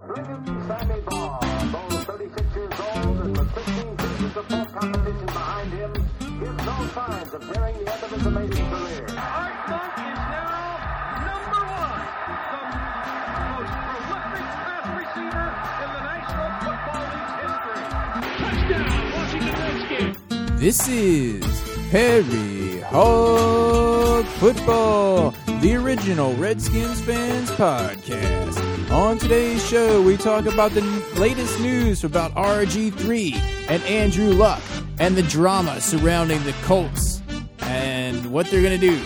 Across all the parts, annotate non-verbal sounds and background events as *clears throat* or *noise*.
William Sammy Barr, though 36 years old and with 15 seasons of full competition behind him, gives no signs of nearing the end of his amazing career. Art Monk is now number one, the most prolific pass receiver in the National Football League's history. Touchdown, Washington Redskins. This is Harry Hog Football, the original Redskins fans podcast. On today's show, we talk about the n- latest news about RG3 and Andrew Luck and the drama surrounding the Colts and what they're going to do.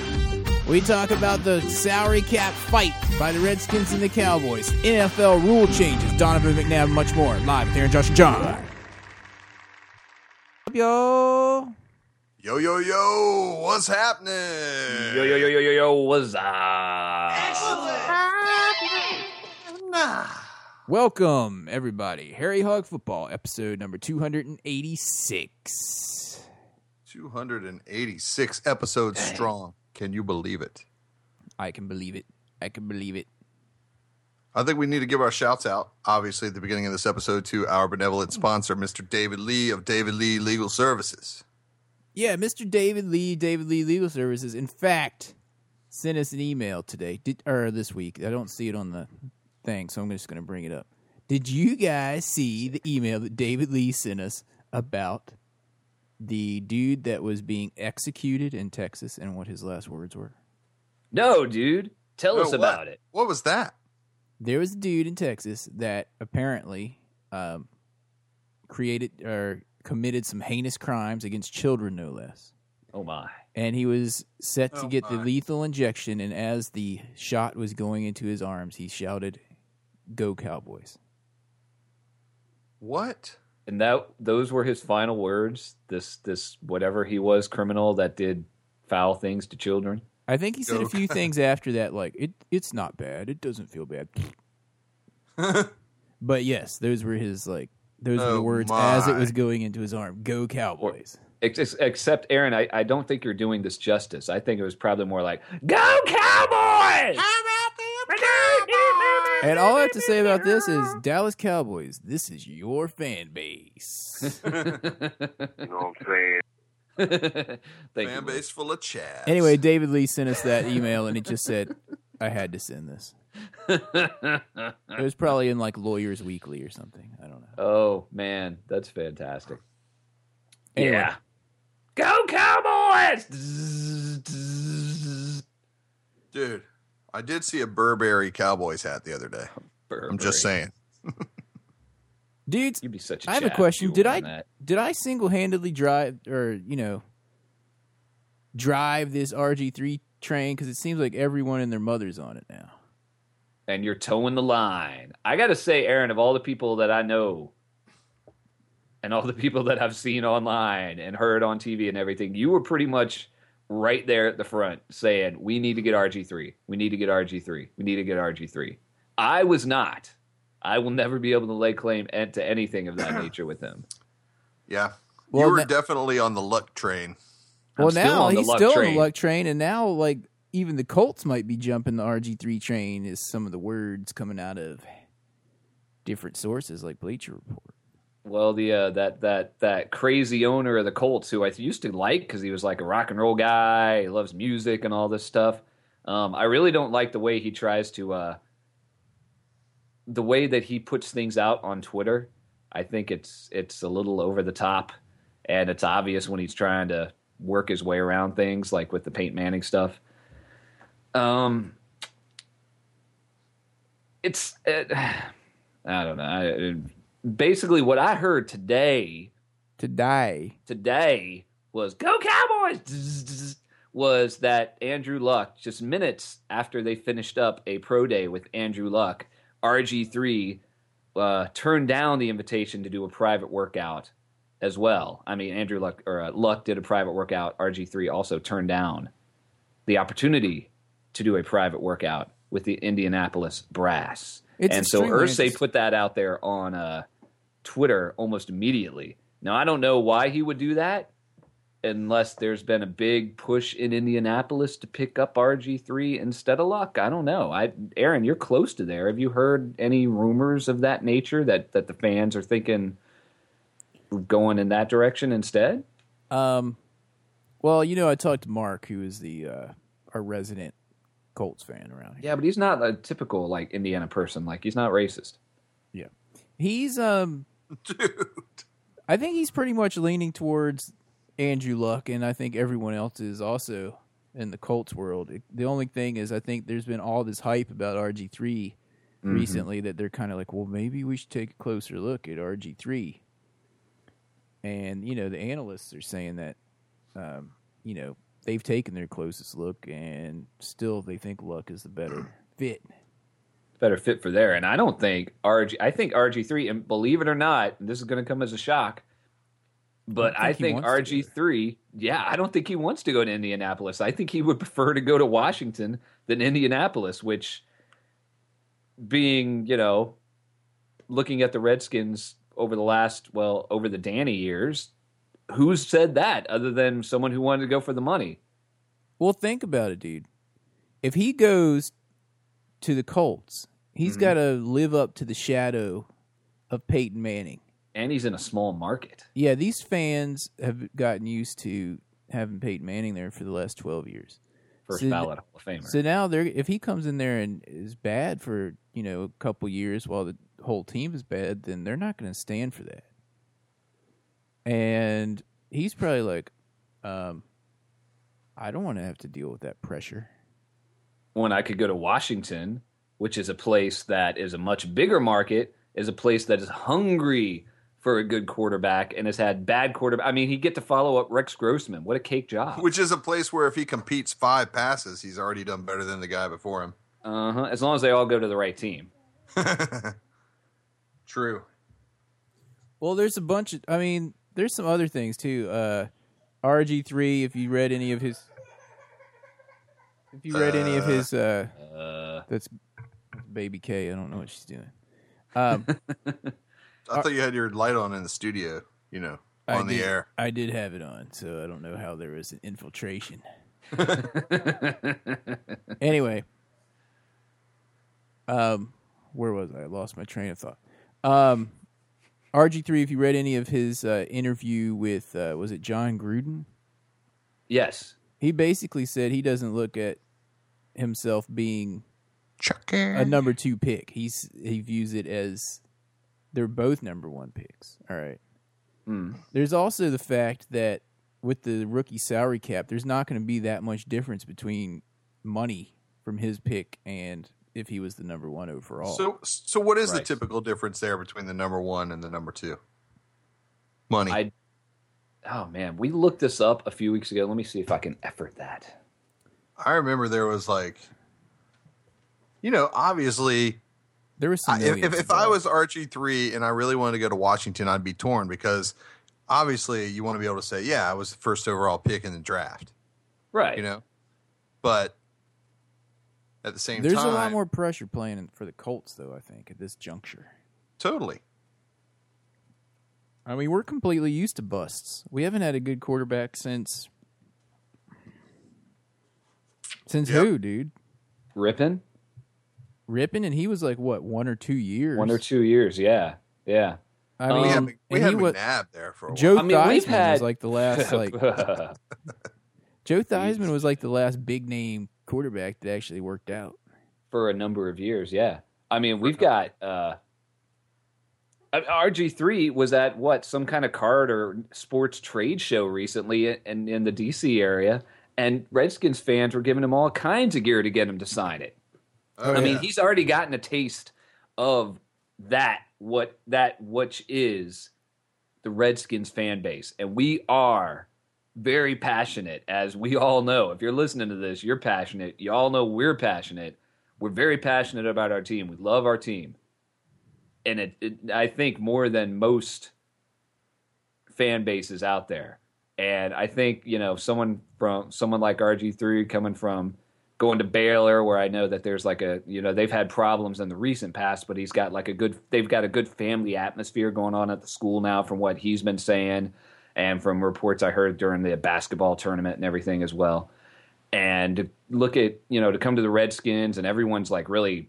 We talk about the salary cap fight by the Redskins and the Cowboys, NFL rule changes, Donovan McNabb, and much more. Live with Aaron Josh and John. Up, y'all. Yo, yo, yo, what's happening? Yo yo yo yo yo yo, what's up? Welcome, everybody. Harry Hog Football, episode number 286. 286 episodes strong. Can you believe it? I can believe it. I can believe it. I think we need to give our shouts out, obviously, at the beginning of this episode to our benevolent sponsor, Mr. David Lee of David Lee Legal Services. Yeah, Mr. David Lee, David Lee Legal Services, in fact, sent us an email today, did, or this week. I don't see it on the thing, so I'm just going to bring it up. Did you guys see the email that David Lee sent us about the dude that was being executed in Texas and what his last words were? No, dude, tell us Yo, what? about it. What was that? there was a dude in Texas that apparently um, created or committed some heinous crimes against children, no less. Oh my. And he was set to Oh, get the my. lethal injection. And as the shot was going into his arms, he shouted, "Go Cowboys!" What? And that those were his final words. This this whatever he was criminal that did foul things to children. I think he said Go a few things after that, like it. It's not bad. It doesn't feel *laughs* bad. but yes, those were his like. Those were the Oh, words as it my. was going into his arm. Go Cowboys! Ex- ex- Except Aaron, I, I don't think you're doing this justice. I think it was probably more like Go Cowboys! *laughs* And all I have to say about this is Dallas Cowboys, this is your fan base. *laughs* Thank Fan you, base full of chat. anyway, David Lee sent us that email and it just said, I had to send this. Lou. It was probably in like Lawyers Weekly or something. I don't know. Oh man, that's fantastic. Anyway. Yeah. Go Cowboys! dude, I did see a Burberry Cowboys hat the other day. I'm just saying. Dudes, You'd be such a I have a Chad if question. you Did won I that. did I single handedly drive or, you know, drive this RG3 train? Because it seems like everyone and their mother's on it now. And you're towing the line. I got to say, Aaron, of all the people that I know and all the people that I've seen online and heard on TV and everything, you were pretty much right there at the front saying, we need to get RG3. We need to get RG3. We need to get RG3. I was not. I will never be able to lay claim and- to anything *clears throat* of that nature with him. Yeah. Well, you were that- definitely on the luck train. *laughs* well, I'm still now on the he's luck still on train. the luck train, and now like even the Colts might be jumping the RG three train. Is some of the words coming out of different sources like Bleacher Report? Well, the uh, that that that crazy owner of the Colts, who I used to like because he was like a rock and roll guy, he loves music and all this stuff. Um, I really don't like the way he tries to, uh, the way that he puts things out on Twitter. I think it's it's a little over the top, and it's obvious when he's trying to work his way around things, like with the Paint Manning stuff. Um, it's it, *sighs* I don't know. I, it- basically, what I heard today Today, today was go Cowboys was that Andrew Luck just minutes after they finished up a pro day with Andrew Luck, RG3 uh, turned down the invitation to do a private workout as well. I mean, Andrew Luck or uh, Luck did a private workout. RG3 also turned down the opportunity to do a private workout with the Indianapolis Brass. It's and so extremely Ursay interesting. put that out there on uh, Twitter almost immediately. Now I don't know why he would do that, unless there's been a big push in Indianapolis to pick up RG3 instead of Luck. I don't know. I Aaron, you're close to there. Have you heard any rumors of that nature that that the fans are thinking going in that direction instead? Um, well, you know, I talked to Mark, who is the uh, our resident Colts fan around here. Yeah, but he's not a typical like Indiana person. Like he's not racist. He's um, Dude. I think he's pretty much leaning towards Andrew Luck, and I think everyone else is also in the Colts world. It- The only thing is, I think there's been all this hype about RG 3 Mm-hmm. recently that they're kind of like, well, maybe we should take a closer look at RG three. And you know, the analysts are saying that, um, you know, they've taken their closest look, and still they think Luck is the better fit. better fit for there. And I don't think RG. I think RG three, and believe it or not, this is going to come as a shock. But I don't I think he think, wants to RG three. Yeah, I don't think he wants to go to Indianapolis. I think he would prefer to go to Washington than Indianapolis. Which, being you know, looking at the Redskins over the last well over the Danny years, who's said that other than someone who wanted to go for the money? Well, think about it, dude. If he goes to the Colts, he's got to live up to the shadow of Peyton Manning. And he's in a small market. Yeah, these fans have gotten used to having Peyton Manning there for the last 12 years. First So- ballot Hall of Famer. So now they're if he comes in there and is bad for, you know, a couple years while the whole team is bad, then they're not going to stand for that. And he's probably like um I don't want to have to deal with that pressure. when I could go to Washington, which is a place that is a much bigger market, is a place that is hungry for a good quarterback and has had bad quarterback. I mean, he'd get to follow up Rex Grossman. What a cake job. Which is a place where if he competes five passes, he's already done better than the guy before him. *laughs* Uh-huh. As long as they all go to the right team. True. Well, there's a bunch of. I mean, there's some other things too. Uh, RG three. If you read any of his, if you read any of his, uh, Uh, that's baby K. I don't know what she's doing. Um, I thought you had your light on in the studio, you know, I on the did- air. I did have it on, so I don't know how there was an infiltration. anyway, um, where was I? I lost my train of thought. Um, RG three. If you read any of his uh, interview with, uh, was it John Gruden? yes. he basically said he doesn't look at himself being a number two pick. He's he views it as they're both number one picks. All right. Hmm. There's also the fact that with the rookie salary cap, there's not going to be that much difference between money from his pick and if he was the number one overall. So, so what is the Right. typical difference there between the number one and the number two? Money. I- Oh, man. We looked this up a few weeks ago. Let me see if I can effort that. I remember there was like, you know, obviously, there was some. I, if, if, millions if I involved. was Archie three and I really wanted to go to Washington, I'd be torn because obviously you want to be able to say, yeah, I was the first overall pick in the draft, Right. you know, but at the same there's time, a lot more pressure playing in- for the Colts, though. I think at this juncture. totally. I mean, we're completely used to busts. We haven't had a good quarterback since since Yep. who, dude? Ripping? Rippin, and he was like what one or two years. One or two years. Yeah. Yeah. I Um, mean, we had, have- Mc- we and had he was, McNabb there for a while. Joe I mean, we've Theismann was had- like the *laughs* last like Joe Theismann was like the last big name quarterback that actually worked out. for a number of years. Yeah, I mean, we've got uh, RG three was at what some kind of card or sports trade show recently in in the DC area, and Redskins fans were giving him all kinds of gear to get him to sign it. Oh, I mean, yeah. he's already gotten a taste of that what that which is the Redskins fan base, and we are very passionate, as we all know. If you're listening to this, you're passionate. You all know we're passionate. We're very passionate about our team. We love our team, and it, it I think more than most fan bases out there. And I think you know someone from someone like RG three coming from going to Baylor, where I know that there's like a you know they've had problems in the recent past, but he's got like a good they've got a good family atmosphere going on at the school now, from what he's been saying. and from reports I heard during the basketball tournament and everything as well. And to look at, you know, to come to the Redskins and everyone's like really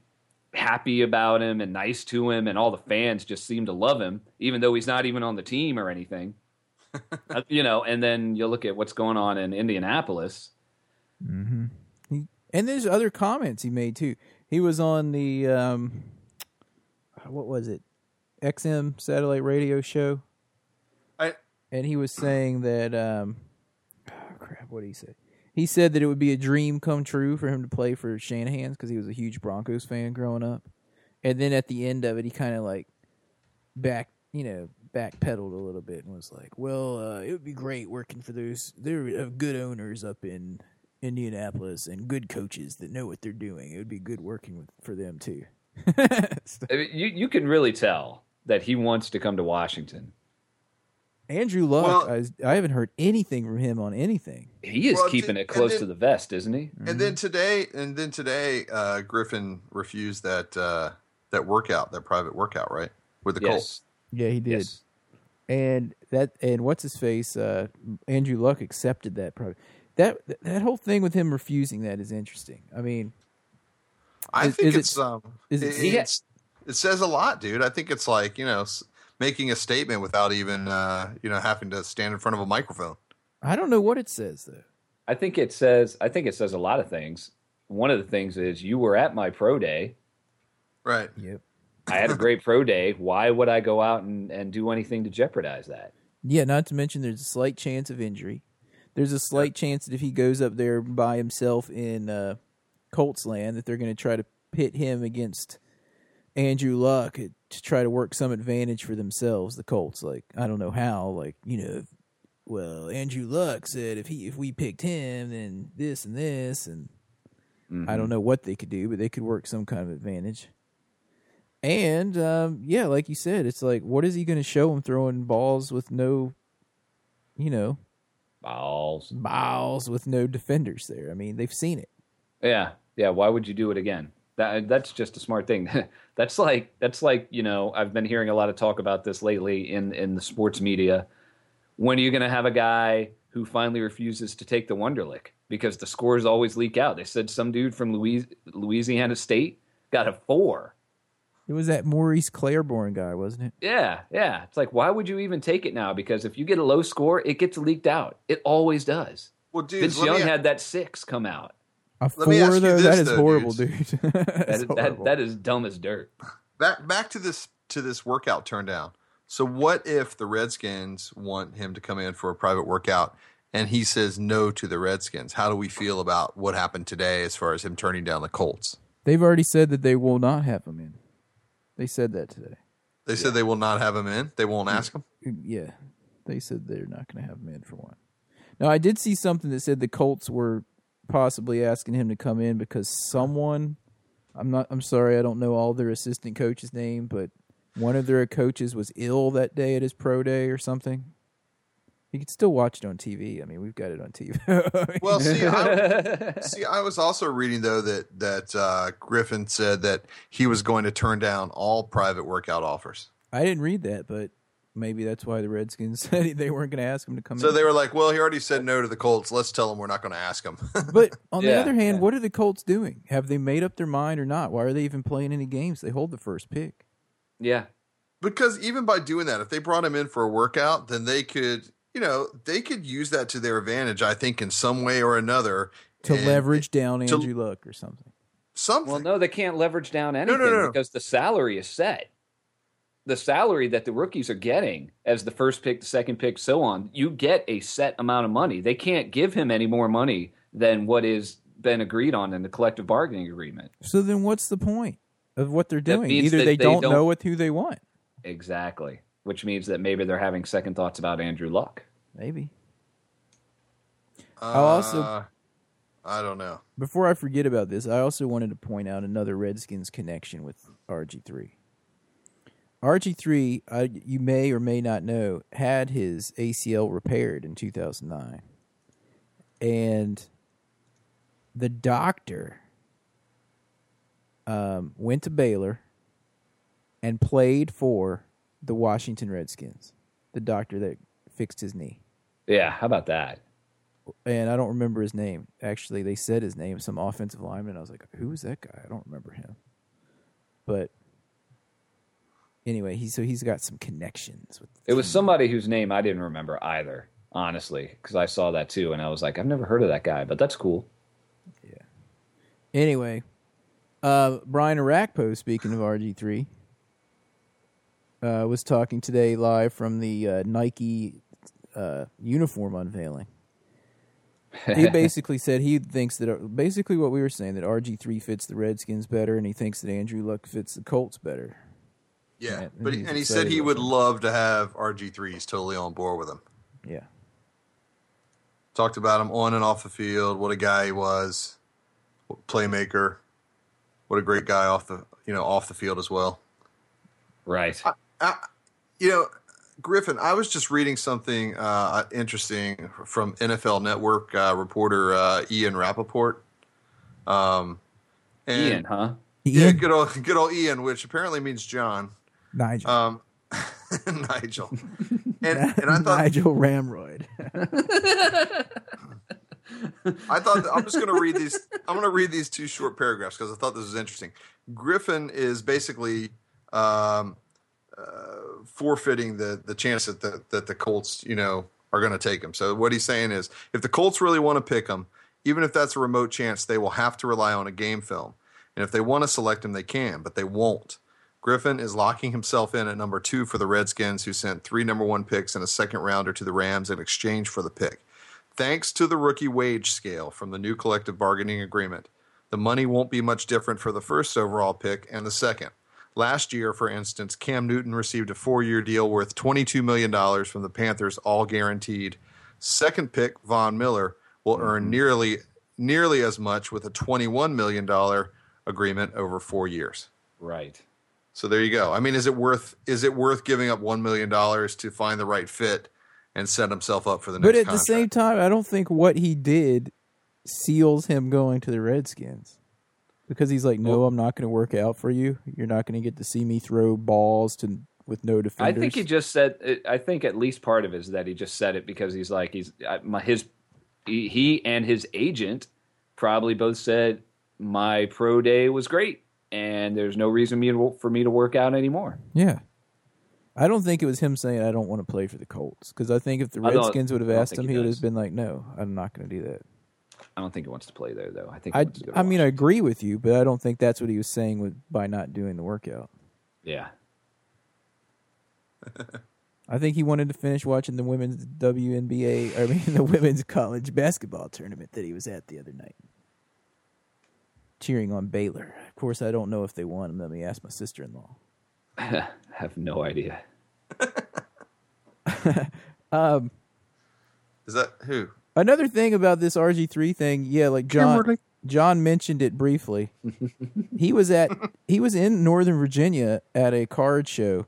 happy about him and nice to him, and all the fans just seem to love him, even though he's not even on the team *laughs* or anything. Uh, you know, and then you look at what's going on in Indianapolis. And there's other comments he made too. He was on the um, what was it, XM satellite radio show, I, and he was saying that um, oh crap, what did he say? He said that it would be a dream come true for him to play for Shanahan's because he was a huge Broncos fan growing up, and then at the end of it, he kind of like back, you know, backpedaled a little bit and was like, "Well, uh, it would be great working for those. They're uh, good owners up in Indianapolis and good coaches that know what they're doing. It would be good working with, for them too." I mean, you you can really tell that he wants to come to Washington. *laughs* Andrew Luck, Well- I, was- I haven't heard anything from him on anything. Mm-hmm. He is Well, keeping d- it close and to then- the vest, isn't he? And then today, and then today, uh, Griffin refused that uh, that workout, that private workout, right? With the Colts. Yes. Yeah, he did. Yes. And that and what's his face? Uh, Andrew Luck accepted that. Probably that that whole thing with him refusing that is interesting. I mean, I Is- think is it- it's um, is it- it, it's it says a lot, dude. I think it's like you know s- making a statement without even uh, you know having to stand in front of a microphone. I don't know what it says though. I think it says I think it says a lot of things. One of the things is you were at my pro day. Right. Yep. I had *laughs* a great pro day. Why would I go out and, and do anything to jeopardize that? Yeah, not to mention there's a slight chance of injury. There's a slight chance that if he goes up there by himself in uh, Colts land, that they're going to try to pit him against Andrew Luck at- to try to work some advantage for themselves. The Colts, like I don't know how, like you know, well Andrew Luck said if he if we picked him, then this and this, and I Mm-hmm. don't know what they could do, but they could work some kind of advantage. And um, yeah, like you said, it's like, what is he going to show him throwing balls with no, you know, Mm-hmm. Balls. balls with no defenders there? I mean, they've seen it. Yeah, yeah. Why would you do it again? That that's just a smart thing. *laughs* that's like that's like you know I've been hearing a lot of talk about this lately in in the sports media. When are you going to have a guy who finally refuses to take the Wonderlick because the scores always leak out? They said some dude from Louis, Louisiana State got a four. It was that Maurice Claiborne guy, wasn't it? Yeah, yeah. It's like why would you even take it now? Because if you get a low score, it gets leaked out. It always does. Well, dude, Vince let me Young a- had that six come out. A Let me ask four you though. this, that is though, horrible, dudes. dude. *laughs* That's That, that, horrible. that is dumb as dirt. back back to this to this workout turn down. So what if the Redskins want him to come in for a private workout and he says no to the Redskins? How do we feel about what happened today as far as him turning down the Colts? They've already said that they will not have him in. They said that today. They said they will not have him in. They won't ask him. Yeah, they said they're not going to have him in for one. Now, I did see something that said the Colts were possibly asking him to come in because someone, I'm not, I'm sorry, I don't know all their assistant coach's name, but one of their coaches was ill that day at his pro day or something. You could still watch it on TV. I mean, we've got it on TV. *laughs* I mean, Well, see, I, see, I was also reading though that that uh, Griffin said that he was going to turn down all private workout offers. I didn't read that, but maybe that's why the Redskins *laughs* said they weren't going to ask him to come So in. they were like, "Well, he already said no to the Colts. Let's tell him we're not going to ask him." But *laughs* on the Yeah, other hand, yeah. what are the Colts doing? Have they made up their mind or not? Why are they even playing any games? They hold the first pick. Yeah, because even by doing that if they brought him in for a workout then they could you know they could use that to their advantage i think in some way or another to and leverage down to- Andrew Luck or something. something Well, no, they can't leverage down anything no. because the salary is set. The salary that the rookies are getting as the first pick, the second pick, so on, you get a set amount of money. They can't give him any more money than what is been agreed on in the collective bargaining agreement. So then, what's the point of what they're doing? means Either that they, they don't, don't- know with who they want, Exactly. Which means that maybe they're having second thoughts about Andrew Luck. maybe. Uh, also- i don't know Before I forget about this, I also wanted to point out another Redskins connection with RG three. RG three, uh, you may or may not know, had his ACL repaired in two thousand nine, and the doctor um, went to Baylor and played for the Washington Redskins. The doctor that fixed his knee. Yeah, how about that? And I don't remember his name. Actually, they said his name, some offensive lineman. I was like, who is that guy? I don't remember him. But anyway, he so he's got some connections with It was somebody whose name I didn't remember either, honestly, because I saw that too, and I was like, I've never heard of that guy, but that's cool. Anyway, uh, Brian Arakpo, speaking of RG3, uh, was talking today live from the uh, Nike uh, uniform unveiling. he basically said he thinks that uh, basically what we were saying that RG3 fits the Redskins better, and he thinks that Andrew Luck fits the Colts better. Yeah, Yeah, but he, he's and he said excited he about would that. love to have RG3s totally on board with him. Yeah, Talked about him on and off the field, what a guy he was, what playmaker, what a great guy off the you know off the field as well. Right. You know, Griffin, I was just reading something uh, interesting from NFL Network uh, reporter uh, Ian Rappaport. Um, and Ian, huh? Yeah, Ian? good old good old Ian, which apparently means John. Nigel, Um, *laughs* Nigel. And, *laughs* and I thought Nigel *laughs* Ramroyd. I thought that- I'm just going to read these. I'm going to read these two short paragraphs because I thought this was interesting. Griffin is basically um, uh, forfeiting the the chance that the, that the Colts, you know, are going to take him. So what he's saying is, if the Colts really want to pick him, even if that's a remote chance, they will have to rely on a game film. And if they want to select him, they can, but they won't. Griffin is locking himself in at number two for the Redskins, who sent three number one picks and a second rounder to the Rams in exchange for the pick. Thanks to the rookie wage scale from the new collective bargaining agreement, the money won't be much different for the first overall pick and the second. Last year, for instance, Cam Newton received a four year deal worth $22 million from the Panthers, all guaranteed. Second pick, Von Miller, will Mm-hmm. earn nearly, nearly as much with a $21 million agreement over four years. Right. So there you go. I mean, is it worth is it worth giving up one million dollars to find the right fit and set himself up for the next? But at the contract? same time, I don't think what he did seals him going to the Redskins because he's like, no, I'm not going to work out for you. You're not going to get to see me throw balls to with no I defenders. think he just said. uh, I think at least part of it is that he just said it because he's like he's I- my his he, he and his agent probably both said my pro day was great and there's no reason me to, for me to work out anymore. yeah. I don't think it was him saying I don't want to play for the Colts because I think if the I don't- Redskins would have I don't asked think him, he he, would does. have been like, "No, I'm not going to do that." I don't think he wants to play there though. I think he I, wants to go to I mean, I Washington. agree with you, but I don't think that's what he was saying with, by not doing the workout. yeah, I think he wanted to finish watching the women's WNBA, I mean, *laughs* the women's college basketball tournament that he was at the other night. Cheering on Baylor. Of course, I don't know if they won. Let me ask my sister in law. I have no idea. Is that who? Another thing about this RG3 thing, yeah, like John John mentioned it briefly. he was at he was in Northern Virginia at a card show,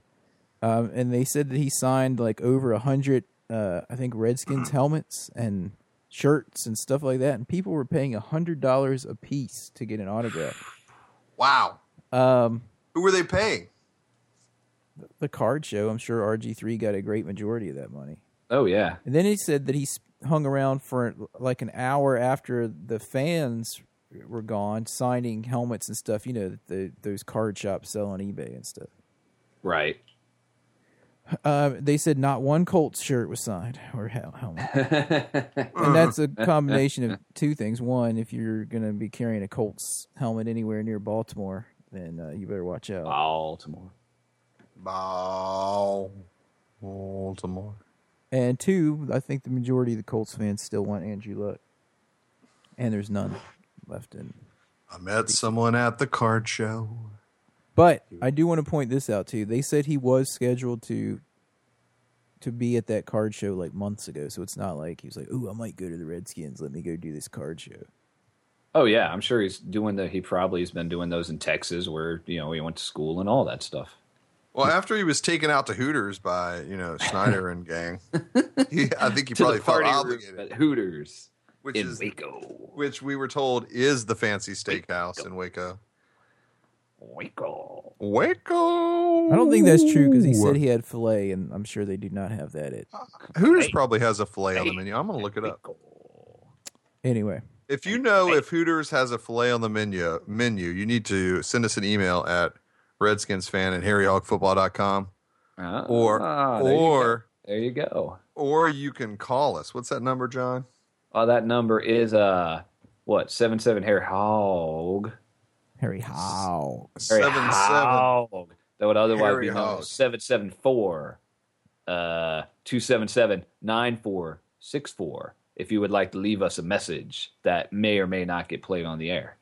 um, and they said that he signed like over a hundred, uh, I think Redskins helmets and shirts and stuff like that, and people were paying a hundred dollars a piece to get an autograph. Wow. Um, Who were they paying? the card show, I'm sure RG3 got a great majority of that money. Oh yeah, And then he said that he s- hung around for like an hour after the fans were gone, signing helmets and stuff. You know, that the, those card shops sell on eBay and stuff. right. Um, they said not one Colts shirt was signed *laughs* or hel- helmet. and that's a combination of two things. One, if you're going to be carrying a Colts helmet anywhere near Baltimore, then uh, you better watch out. Baltimore. Bal- Baltimore. And two, I think the majority of the Colts fans still want Andrew Luck. And there's none left in I met someone at the card show. But I do want to point this out too. They said he was scheduled to to be at that card show like months ago, so it's not like he was like, "Ooh, I might go to the Redskins. Let me go do this card show." Oh yeah, I'm sure he's doing the. He probably has been doing those in Texas, where you know he went to school and all that stuff. Well, after he was taken out to Hooters by you know Snyder and *laughs* gang, he, I think he To probably the felt party room obligated. at Hooters Which in is Waco. which we were told is the fancy steakhouse in Waco. Waco. Waco. I don't think that's true because he said he had filet, and I'm sure they do not have that. It Hooters probably has a fillet on the menu. I'm gonna look it up. Waco. anyway. If you know if Hooters has a filet on the menu, menu, you need to send us an email at redskinsfan at harryhogfootball.com Ah, or there or you go. there you go. or you can call us. What's that number, John? Oh, that number is uh what seven seven hair hog. Harry Hog. Harry Seven seven. Hog. That would otherwise Harry be known Hog. as seven seven four uh two seven seven nine four six four. If you would like to leave us a message that may or may not get played on *laughs* the air.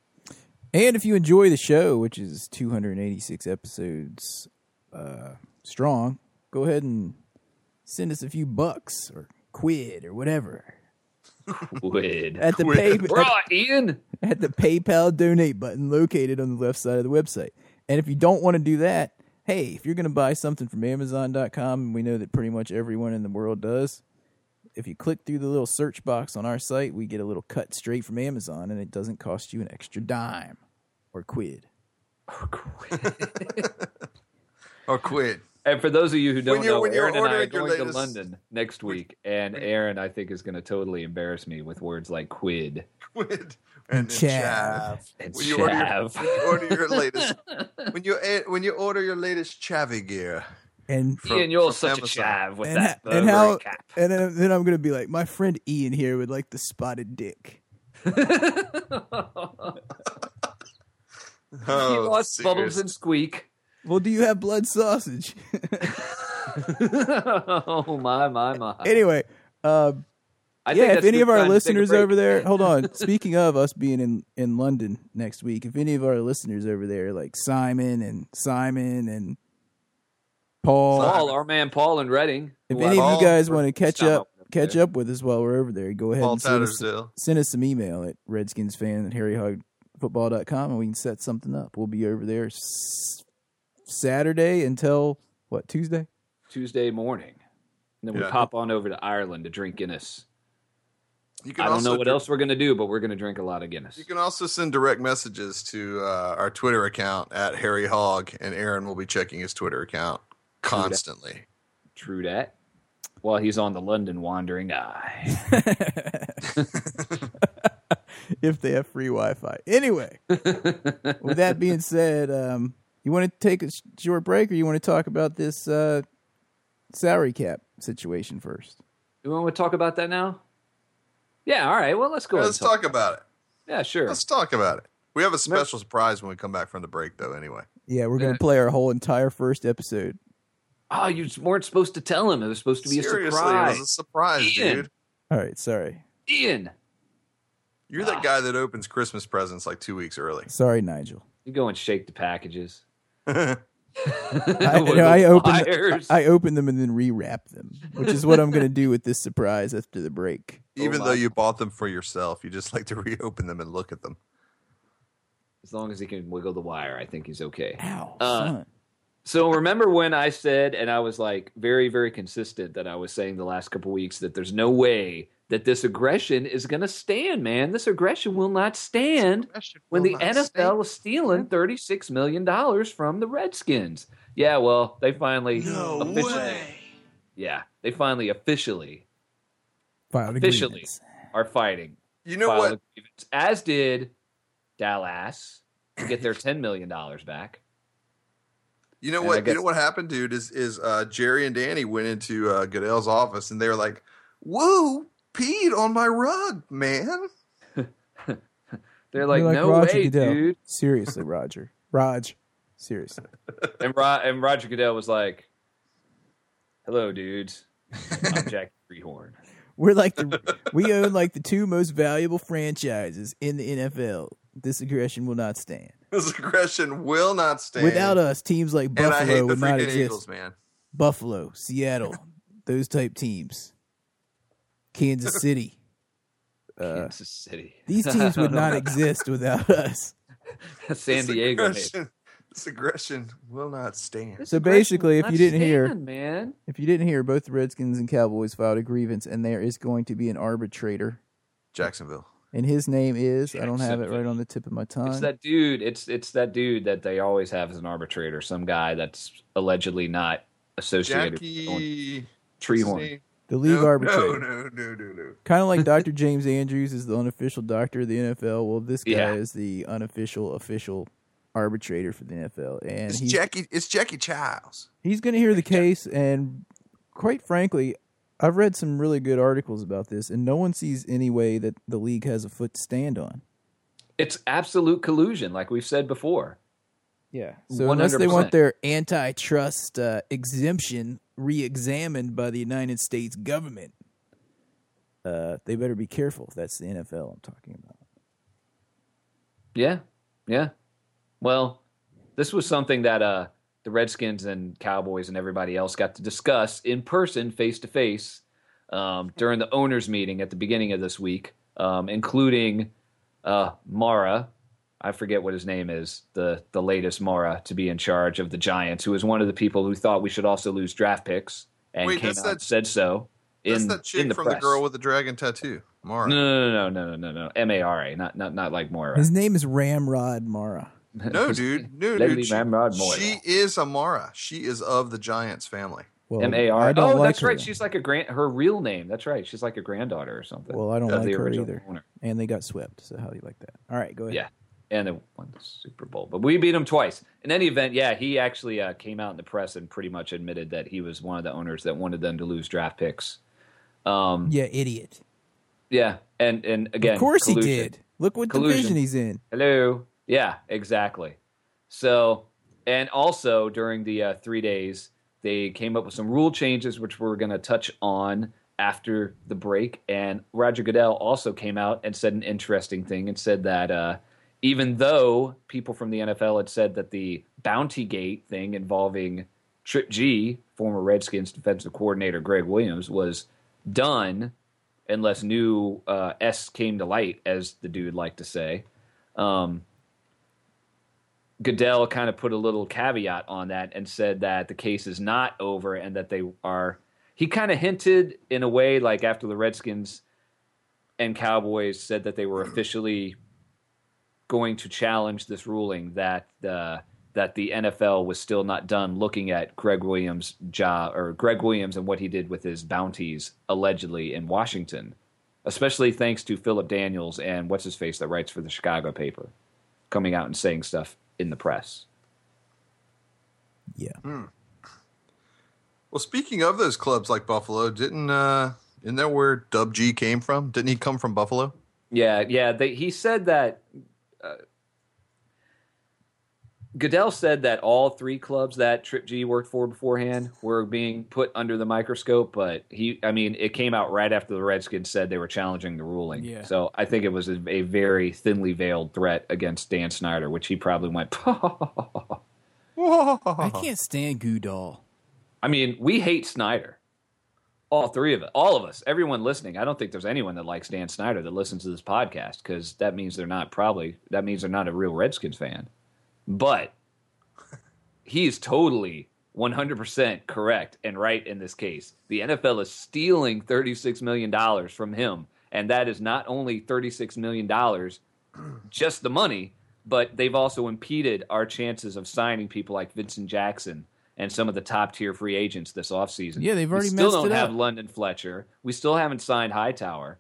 And if you enjoy the show, which is 286 episodes uh, strong, go ahead and send us a few bucks or quid or whatever Would at the pay at, Quid. right, *laughs* Ian? at the PayPal donate button located on the left side of the website. And if you don't want to do that, hey, if you're going to buy something from Amazon.com, and we know that pretty much everyone in the world does, if you click through the little search box on our site, we get a little cut straight from Amazon, and it doesn't cost you an extra dime or quid. Or Oh, quit. *laughs* And for those of you who don't When you're- know, when you're Aaron and I are ordering your going latest- to London next week, and Aaron I think is going to totally embarrass me with words like quid Quit. And then Chav. chav. and When you order your- chav. order *laughs* your latest when you eh, when you order your latest Chavi gear. And from- *laughs* Ian, you're from such Amazon. a chav with and, that. ho- and Burberry how cap. *laughs* and then, then I'm gonna be like, my friend Ian here would like the spotted dick. he Oh, lost bubbles serious. and squeak. *laughs* Well, do you have blood sausage? oh my my my! *laughs* anyway, uh, I think yeah, if that's any good of our time to take a listeners break. over *laughs* there, hold on. Speaking of us being in in London next week, if any of our listeners over there, like Simon and Simon and Paul, Paul, our man Paul in Reading. if who any I- of Paul, you guys want to catch stop up, over there. catch up with us while we're over there, go ahead Paul and send us, Tattersdale. send us some email at redskinsfan at harryhogfootball.com and we can set something up. We'll be over there s- Saturday until what, Tuesday? Tuesday morning, and then we Yeah. pop on over to Ireland to drink Guinness. You can I don't also know what do- else we're gonna do, but we're gonna drink a lot of Guinness. You can also send direct messages to uh, our Twitter account at Harry Hogg, and Aaron will be checking his Twitter account constantly. True that. While he's on the London wandering eye. if they have free Wi Fi. Anyway, with that being said, um, you want to take a sh- short break or you want to talk about this uh, salary cap situation first? You want to talk about that now? Yeah. All right. Well, let's go. ahead Let's and talk about it. Yeah. Sure. Let's talk about it. We have a special surprise when we come back from the break, though. Anyway, Yeah, we're going to play our whole entire first episode. Oh, you weren't supposed to tell him. It was supposed to be seriously, a surprise. it was a surprise, Ian. dude. All right, sorry. Ian, You're Ah. that guy that opens Christmas presents like two weeks early. *laughs* Sorry, *laughs* Nigel. you go and shake the packages. *laughs* Oh, I, With no, I the opened wires. I open them and then rewrap them, which is what I'm going to do with this surprise after the break. Even my. though you bought them for yourself, you just like to *laughs* reopen them and look at them. as long as he can wiggle the wire, I think he's okay. Ow, Uh, son. So remember when I said, and I was like very, very consistent that I was saying the last couple weeks that there's no way that this aggression is going to stand, man. This aggression will not stand when the NFL is stealing $36 million from the Redskins. Yeah, well, they finally officially, yeah, they finally officially Filed officially. agreements. are fighting. You know filed what? agreements, as did Dallas to get their $10 million back. You know And I what? guess- you know what happened, dude. Is is uh, Jerry and Danny went into uh, Goodell's office and they were like, "Whoa, peed on my rug, man." *laughs* They're You're like, no Roger way, Goodell. dude. Seriously, *laughs* Roger. Raj, seriously. And, Ro- and Roger Goodell was like, hello, dudes. *laughs* I'm Jack Freehorn. We're like *laughs* the we own like the two most valuable franchises in the NFL. This aggression will not stand. This aggression will not stand Without us, teams like And I hate Buffalo the would not freaking exist. Eagles, man. Buffalo, *laughs* Seattle, those type teams. *laughs* Kansas City. Uh, Kansas City. these teams *laughs* would not *laughs* exist without us. San This Diego. maybe. aggression- *laughs* This aggression will not stand. This So aggression basically, will if not you didn't hear- stand, man, If you didn't hear, both the Redskins and Cowboys filed a grievance, and there is going to be an arbitrator Jacksonville. and his name is I don't Jack have it something. right on the tip of my tongue. It's that dude. It's it's that dude that they always have as an arbitrator. Some guy that's allegedly not associated with Jackie Treehorn. the league No, arbitrator. no, no, no, no, no. Kind *laughs* of like Dr. James Andrews is the unofficial doctor of the NFL. Well, this guy Yeah. is the unofficial official arbitrator for the NFL, and It's he's Jackie. It's Jackie Childs. he's going to hear the case. And quite frankly, I've read some really good articles about this, and no one sees any way that the league has a foot to stand on. It's absolute collusion, like we've said before. Yeah. So unless they 100%. want their antitrust uh, exemption re-examined by the United States government, uh, they better be careful. That's the NFL I'm talking about. Yeah, yeah. Well, this was something that uh, the Redskins and Cowboys and everybody else got to discuss in person, face to face, um, during the owners' meeting at the beginning of this week, um, including uh, Mara. I forget what his name is, the the latest Mara to be in charge of the Giants, who is one of the people who thought we should also lose draft picks and Wait, came out that's and that- said so. That's in, that in chick the from the press. girl with the dragon tattoo. Mara. No, no, no, no, no, no, no. M A R A, not not not like Moira. His name is Ramrod Mara. *laughs* No, dude. No, Lady dude. She, Mamrod Moira. she is Amara. She is of the Giants family. Well, M A R. I don't Oh, like that's her. right. She's like a grand. Her real name. That's right. She's like a granddaughter or something. well, I don't of like the her original either. owner. And they got swept. So how do you like that? All right, go ahead. Yeah, and they won the Super Bowl. But we beat them twice. In any event, yeah, he actually uh, came out in the press and pretty much admitted that he was one of the owners that wanted them to lose draft picks. Um, Yeah, idiot. yeah, and and again, of course he collusion. did. Look what Collusion. division he's in. Hello. Yeah, exactly. So, and also during the uh, three days, they came up with some rule changes, which we're going to touch on after the break. And Roger Goodell also came out and said an interesting thing and said that uh, even though people from the NFL had said that the bounty gate thing involving Trip G, former Redskins defensive coordinator Greg Williams, was done unless new uh, S came to light, as the dude liked to say um, Goodell kind of put a little caveat on that and said that the case is not over and that they are. He kind of hinted in a way, like after the Redskins and Cowboys said that they were officially going to challenge this ruling, that uh, that the NFL was still not done looking at Greg Williams' job or Greg Williams and what he did with his bounties allegedly in Washington especially thanks to Philip Daniels and what's his face that writes for the Chicago paper, coming out and saying stuff in the press. Yeah. Well, speaking of those clubs like Buffalo, didn't uh isn't that where Dub G came from? Didn't he come from Buffalo? Yeah, yeah. They, he said that. Uh, Goodell said that all three clubs that Trip G worked for beforehand were being put under the microscope, but he, I mean, it came out right after the Redskins said they were challenging the ruling. Yeah. So I think it was a, a very thinly veiled threat against Dan Snyder, which he probably went, *laughs* I can't stand Goodall. I mean, we hate Snyder. All three of us, all of us, everyone listening. I don't think there's anyone that likes Dan Snyder that listens to this podcast because that means they're not probably that means they're not a real Redskins fan. But he is totally 100% correct and right in this case. The NFL is stealing 36 million dollars from him, and that is not only 36 million dollars just the money, but they've also impeded our chances of signing people like Vincent Jackson and some of the top tier free agents this offseason. Yeah, they've already we still messed don't it have up. London Fletcher. We still haven't signed Hightower,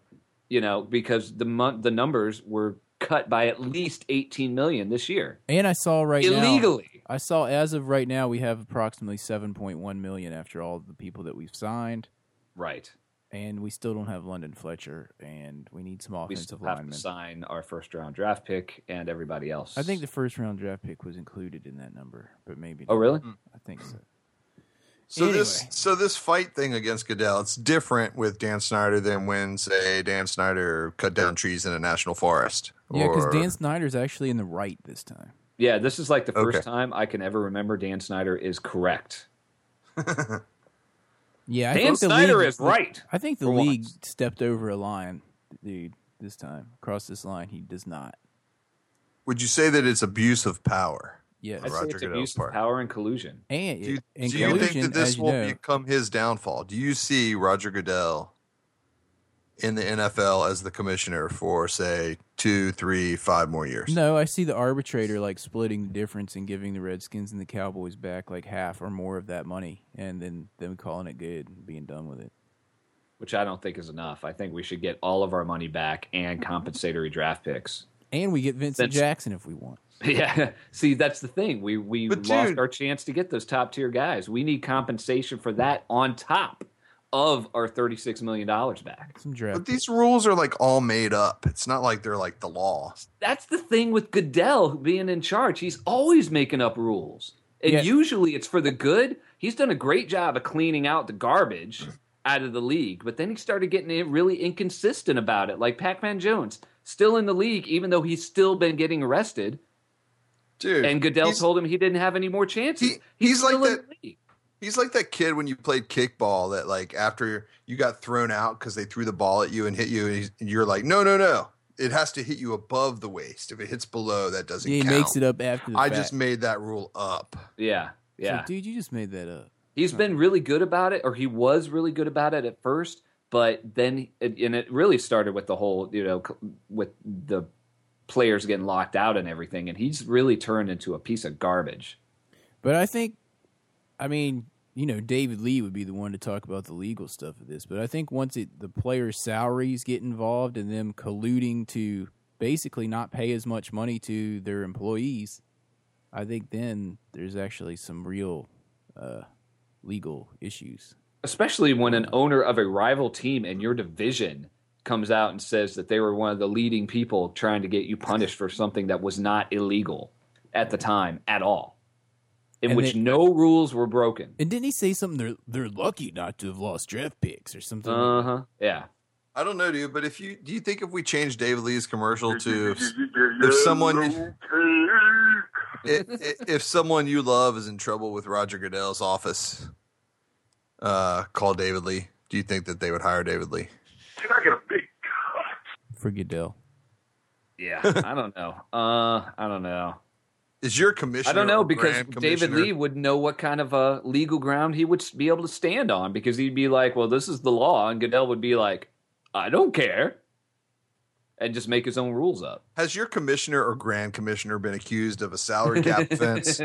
you know, because the mon- the numbers were cut by at least 18 million this year And I saw right now illegally. I saw as of right now we have approximately 7.1 million after all the people that we've signed Right. and we still don't have London Fletcher and we need some We offensive still have linemen. to sign our first round draft pick and everybody else. I think the first round draft pick was included in that number, but maybe Oh, not. really? Mm. I think so. So this Anyway. so this fight thing against Goodell, it's different with Dan Snyder than when say Dan Snyder cut down trees in a national forest. Yeah, because or- Dan Snyder's actually in the right this time. Yeah, this is like the first Okay. time I can ever remember Dan Snyder is correct. Yeah, I Dan think the Snyder league, is right. I think the for league once. stepped over a line, dude. This time, across this line, he does not. Would you say that it's abuse of power? Yes, I'd say Roger it's Goodell's abuse of part. power and collusion. and Do you, in do you think collusion, that this as you will know, become his downfall? Do you see Roger Goodell in the NFL as the commissioner for say two, three, five more years. No, I see the arbitrator like splitting the difference and giving the Redskins and the Cowboys back like half or more of that money, and then them calling it good and being done with it. which I don't think is enough. I think we should get all of our money back and compensatory draft picks. *laughs* And we get Vincent That's- Jackson if we want. Yeah, see, that's the thing. We we But lost dude- our chance to get those top tier guys. We need compensation for that on top of our thirty six million dollars back. Some draft. But these rules are like all made up. It's not like they're like the law. That's the thing with Goodell being in charge. He's always making up rules, and Yeah. usually it's for the good. He's done a great job of cleaning out the garbage out of the league, but then he started getting in- really inconsistent about it. Like Pac Man Jones, still in the league, even though he's still been getting arrested. Dude. And Goodell he's, told him he didn't have any more chances. He- he's like still in that- the league. he's like that kid when you played kickball that like after you got thrown out because they threw the ball at you and hit you and, he's, and you're like, no, no, no. It has to hit you above the waist. If it hits below, that doesn't yeah, he count. makes it up after the I fact. just made that rule up. Yeah, It's yeah. like, dude, you just made that up. He's been really good about it, or he was really good about it at first, but then, and it really started with the whole, you know, with the players getting locked out and everything, and he's really turned into a piece of garbage. But I think, I mean, you know, David Lee would be the one to talk about the legal stuff of this. But I think once it, the players' salaries get involved and them colluding to basically not pay as much money to their employees, I think then there's actually some real uh, legal issues. Especially when an owner of a rival team in your division comes out and says that they were one of the leading people trying to get you punished for something that was not illegal at the time at all, in And which they- no rules were broken. And didn't he say something? They're they're lucky not to have lost draft picks or something. Uh huh. Yeah. I don't know, dude, but if you do you think if we change David Lee's commercial *laughs* to if, if someone if, if someone you love is in trouble with Roger Goodell's office, uh, call David Lee. Do you think that they would hire David Lee? Can I get a big for Goodell. Yeah, *laughs* I don't know. Uh, I don't know. Is your commissioner? I don't know or because grand David commissioner- Lee would know what kind of uh, legal ground he would s- be able to stand on because he'd be like, "Well, this is the law," and Goodell would be like, "I don't care," and just make his own rules up. has your commissioner or grand commissioner been accused of a *laughs* salary cap offense?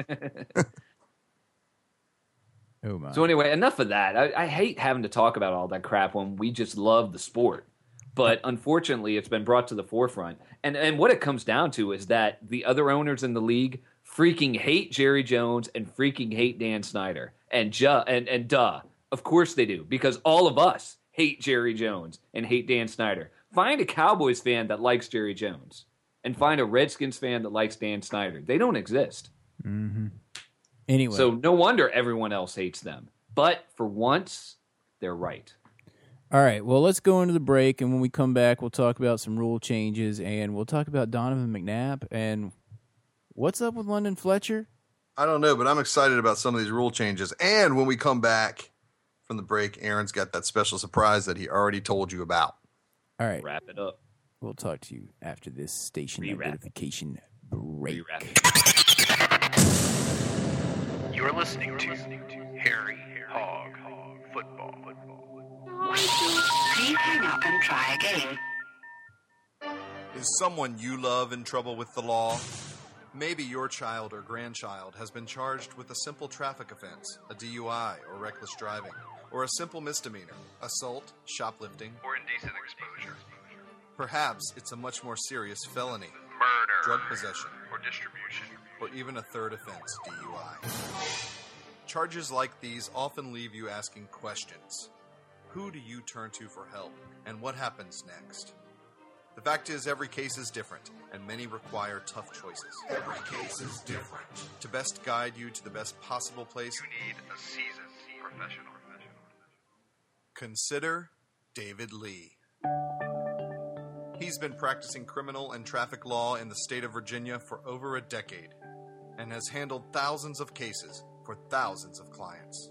Oh my! So anyway, enough of that. I, I hate having to talk about all that crap when we just love the sport. But unfortunately, it's been brought to the forefront. And and what it comes down to is that the other owners in the league freaking hate Jerry Jones and freaking hate Dan Snyder. And ju- and and duh, of course they do because all of us hate Jerry Jones and hate Dan Snyder. Find a Cowboys fan that likes Jerry Jones and find a Redskins fan that likes Dan Snyder. They don't exist. anyway, So no wonder everyone else hates them. But for once, they're right. All right. Well, let's go into the break, and when we come back, we'll talk about some rule changes, and we'll talk about Donovan McNabb and what's up with London Fletcher. I don't know, but I'm excited about some of these rule changes. And when we come back from the break, Aaron's got that special surprise that he already told you about. All right. Wrap it up. We'll talk to you after this station Rewrap. identification break. Rewrap it. You're listening to Harry Hog Football. Please hang up and try again. Is someone you love in trouble with the law? Maybe your child or grandchild has been charged with a simple traffic offense, a DUI or reckless driving, or a simple misdemeanor, assault, shoplifting. Or indecent exposure. Perhaps it's a much more serious felony, Murder. drug possession, Or distribution. or even a third offense, DUI. Charges like these often leave you asking questions. Who do you turn to for help, and what happens next? The fact is, every case is different, and many require tough choices. Every case is different. To best guide you to the best possible place, You need a seasoned professional. consider David Lee. He's been practicing criminal and traffic law in the state of Virginia for over a decade and has handled thousands of cases for thousands of clients.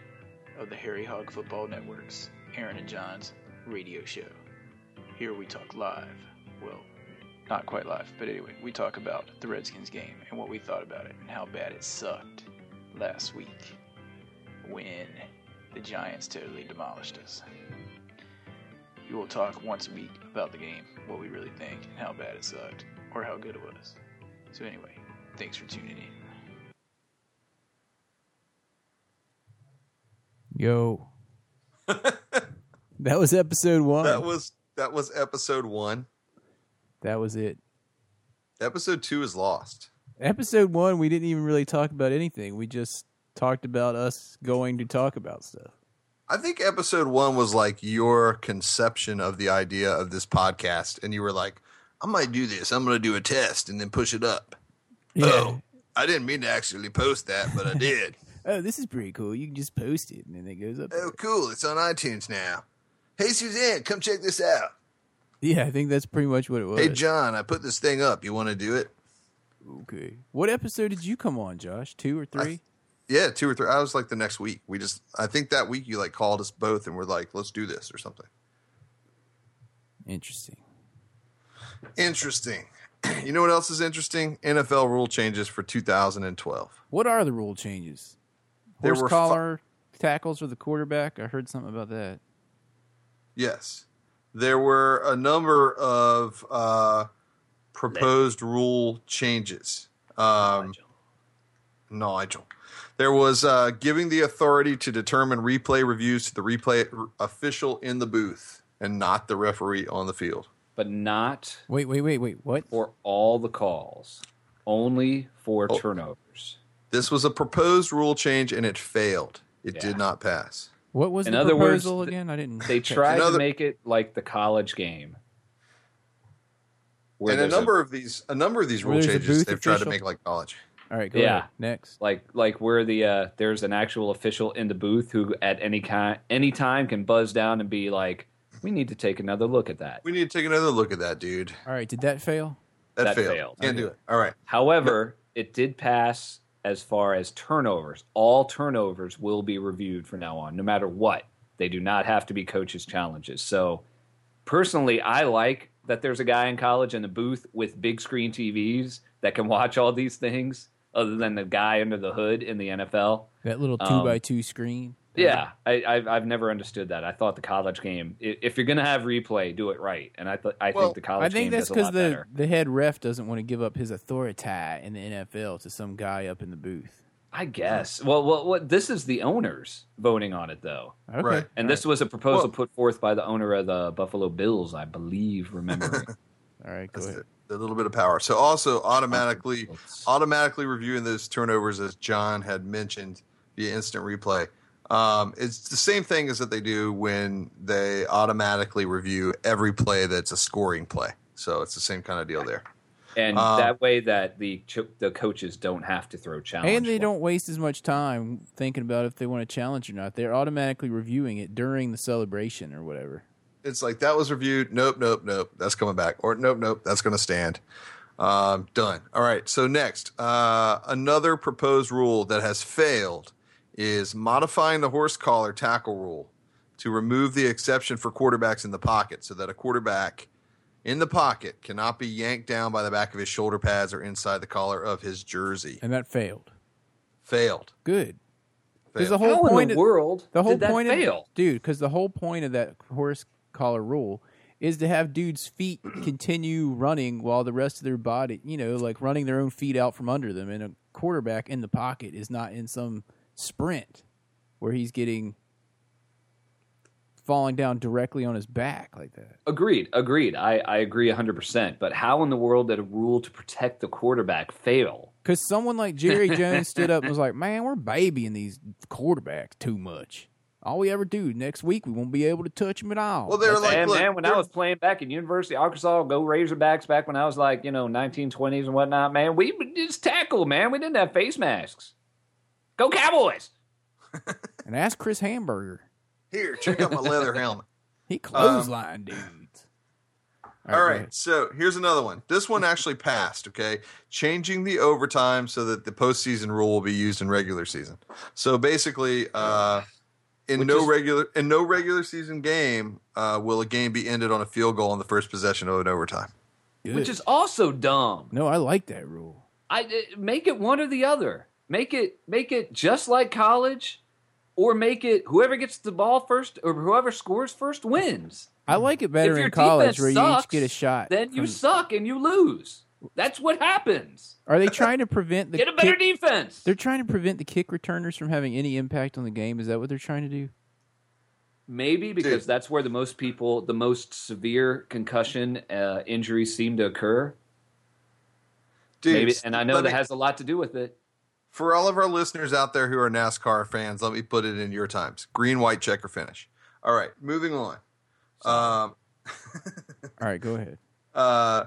of the Harry Hog Football Network's Aaron and John's radio show. Here we talk live. Well, not quite live, but anyway, we talk about the Redskins game and what we thought about it and how bad it sucked last week when the Giants totally demolished us. We will talk once a week about the game, what we really think, and how bad it sucked, or how good it was. So, anyway, thanks for tuning in. *laughs* Yo. that was episode one. That was that was episode 1. that was it. Episode 2 is lost. Episode one, we didn't even really talk about anything. We just talked about us going to talk about stuff. I think episode 1 was like your conception of the idea of this podcast and you were like, I might do this. I'm going to do a test and then push it up. Oh, I didn't mean to actually post that, but I did. Oh, this is pretty cool. You can just post it and then it goes up. oh, cool. It's on iTunes now. Hey, Suzanne, come check this out. Yeah, I think that's pretty much what it was. Hey, John, I put this thing up. You want to do it? Okay. What episode did you come on, Josh? Two or three? Yeah, two or three. I was like the next week. We just, I think that week you like called us both and we're like, let's do this or something. Interesting. Interesting. *clears throat* You know what else is interesting? NFL rule changes for 2012. What are the rule changes? There Horse were fi- collar tackles for the quarterback. I heard something about that. Yes. There were a number of uh, proposed rule changes. Um, Nigel. There was uh, giving the authority to determine replay reviews to the replay r- official in the booth and not the referee on the field. but not Wait, wait, wait, wait. What? for all the calls, only for Oh. turnovers. This was a proposed rule change and it failed. It Yeah. did not pass. What was In the other words, proposal th- again? I didn't. They tried Another- to make it like the college game. Where and a there's number of these, a number of these Where rule there's a changes booth they've tried to official? make like college. All right, go Yeah. ahead. Next. like like where the uh, there's an actual official in the booth who at any kind any time can buzz down and be like, "We need to take another look at that." We need to take another look at that, dude. All right, did that fail? That, That failed. failed. Can't do it. All right. However, it did pass as far as turnovers. All turnovers will be reviewed from now on, no matter what. They do not have to be coaches' challenges. So, personally, I like that there's a guy in college in the booth with big screen TVs that can watch all these things, other than the guy under the hood in the NFL. That little two Um, by two screen. Yeah, I, I've I've never understood that. I thought the college game, i- if you're gonna have replay, do it right. And I th- I Well, think the college I think game that's does a because lot the better. the head ref doesn't want to give up his authority in the NFL to some guy up in the booth. I guess. Well, well, what this is the owners voting on it though, Okay. Right. and this was a proposal Well- put forth by the owner of the Buffalo Bills, I *laughs* believe. Remembering, All right, go That's ahead. it. A little bit of power. So also automatically Oops. automatically reviewing those turnovers as John had mentioned via instant replay. Um, it's the same thing as that they do when they automatically review every play that's a scoring play. So it's the same kind of deal there. and Uh, Um, that way that the ch- the coaches don't have to throw challenge. And they one. don't waste as much time thinking about if they want to challenge or not. They're automatically reviewing it during the celebration or whatever. It's like that was reviewed. Nope, nope, nope. That's coming back. Or nope, nope. That's going to stand. Um, done. All right. So next, uh, another proposed rule that has failed is modifying the horse collar tackle rule to remove the exception for quarterbacks in the pocket, so that a quarterback in the pocket cannot be yanked down by the back of his shoulder pads or inside the collar of his jersey. And that failed. Failed. Good. Because the Failed. whole How point in the of- world the whole did that point fail? of dude because the whole point of that horse collar rule is to have dudes feet *clears throat* continue running while the rest of their body you know like running their own feet out from under them and a quarterback in the pocket is not in some sprint where he's getting falling down directly on his back like that Agreed. Agreed. I, I agree 100%. But how in the world did a rule to protect the quarterback fail? because someone like *laughs* jerry jones stood up and was like man we're babying these quarterbacks too much all we ever do next week we won't be able to touch them at all Well, they're like, and look, man, when I they're- was playing back in University of Arkansas, go Razorbacks back when I was like, you know, 1920s and whatnot, man, we would just tackle, man. We didn't have face masks. Go Cowboys. and ask chris hamburger Um, here, check out my leather helmet. He clotheslined dudes. All right. So here's another one. This one actually passed, okay? Changing the overtime so that the postseason rule will be used in regular season. So basically, uh, in no regular in no regular season game uh, will a game be ended on a field goal on the first possession of an overtime. Good. which is also dumb. no, I like that rule. I it- make it one or the other. Make it make it just like college, or make it whoever gets the ball first or whoever scores first wins. I like it Hmm. if better your in college defense where you sucks, each get a shot. Then you from- suck and you lose. That's what happens. Are they trying to prevent the *laughs* Get a better kick- defense. They're trying to prevent the kick returners from having any impact on the game. Is that what they're trying to do? Maybe because Dude. that's where the most people, the most severe concussion uh, injuries seem to occur. Dude, Maybe, and I know let that me- has a lot to do with it. for all of our listeners out there who are NASCAR fans, let me put it in your times. Green, white, checker finish. All right, moving on. All Um, right, go ahead. Uh,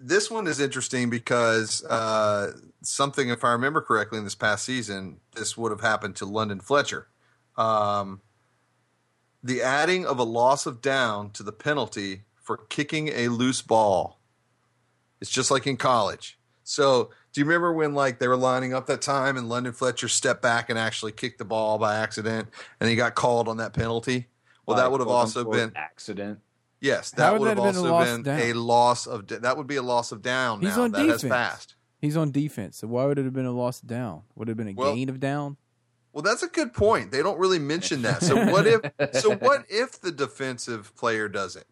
this one is interesting because uh, something, if I remember correctly, in this past season, this would have happened to London Fletcher. Um, the adding of a loss of down to the penalty for kicking a loose ball. It's just like in college. So, do you remember when like they were lining up that time and London Fletcher stepped back and actually kicked the ball by accident, and he got called on that penalty? Well, that Like, would have quote, also unquote, been *laughs* accident. Yes, How that would would have that have been a also loss been down? a loss of d that would be a loss of down. He's now. on that has defense. passed. He's on defense, so why would it have been a loss of down? Would it have been a Well- gain of down? Well, that's a good point. They don't really mention that. So what if? *laughs* so what if the defensive player does it?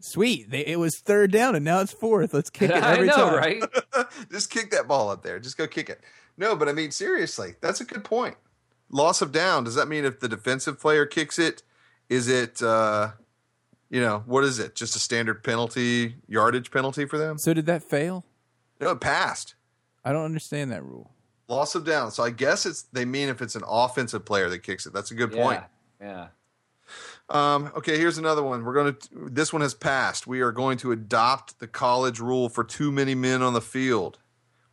Sweet. They, it was third down, and now it's fourth. Let's *laughs* kick it I every know, time. right? Just kick that ball up there. Just go kick it. No, but I mean seriously, that's a good point. Loss of down. Does that mean if the defensive player kicks it, is it? uh You know what is it? Just a standard penalty, yardage penalty for them? So did that fail? No, it passed. I don't understand that rule. Loss of down. So I guess it's they mean if it's an offensive player that kicks it. That's a good point. Yeah. yeah. Um, okay, here's another one. We're going to this one has passed. We are going to adopt the college rule for too many men on the field,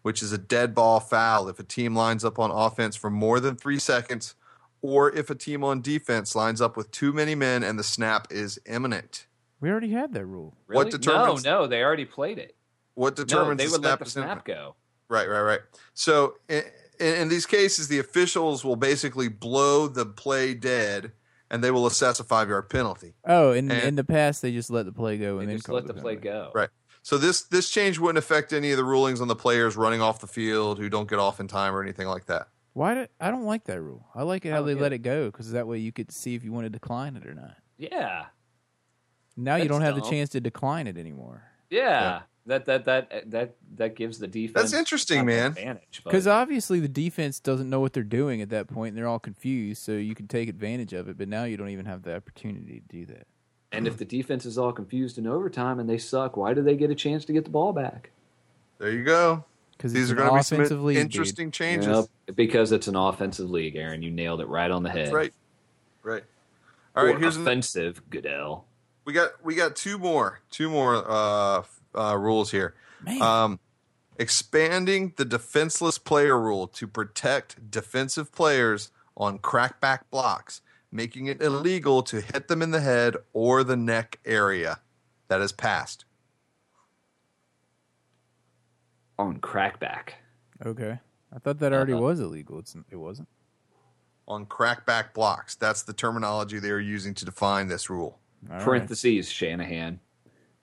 which is a dead ball foul if a team lines up on offense for more than 3 seconds or if a team on defense lines up with too many men and the snap is imminent. We already had that rule. What Really? determines- No, no, they already played it. What No, determines they the would snap let the is imminent? snap go. Right, right, right. So in, in, in these cases, the officials will basically blow the play dead, and they will assess a five-yard penalty. Oh, in And- in the past they just let the play go and Eh. They then just called let the it play penalty. go. Right. So this this change wouldn't affect any of the rulings on the players running off the field who don't get off in time or anything like that. Why do, I don't like that rule. I like it how don't they get let it go because that way you could see if you want to decline it or not. Yeah. Now you That's don't have the dumb. chance to decline it anymore. Yeah. That that that that that gives the defense. interesting, an man. advantage, but- Because obviously the defense doesn't know what they're doing at that point, and they're all confused. So you can take advantage of it, but now you don't even have the opportunity to do that. and if the defense is all confused in overtime and they suck, why do they get a chance to get the ball back? There you go. Because These are going to be some interesting changes. Yep, because it's an offensive league, Aaron. You nailed it right on the head. That's right. Right. All right. Or Here's an, offensive, Goodell. we got we got two more two more uh, uh, rules here. Man, Um, expanding the defenseless player rule to protect defensive players on crackback blocks, making it illegal to hit them in the head or the neck area. That is passed. On crackback. okay. I thought that uh, already was illegal. It's, it wasn't. on crackback blocks. That's the terminology they're using to define this rule. All right. parentheses, Shanahan.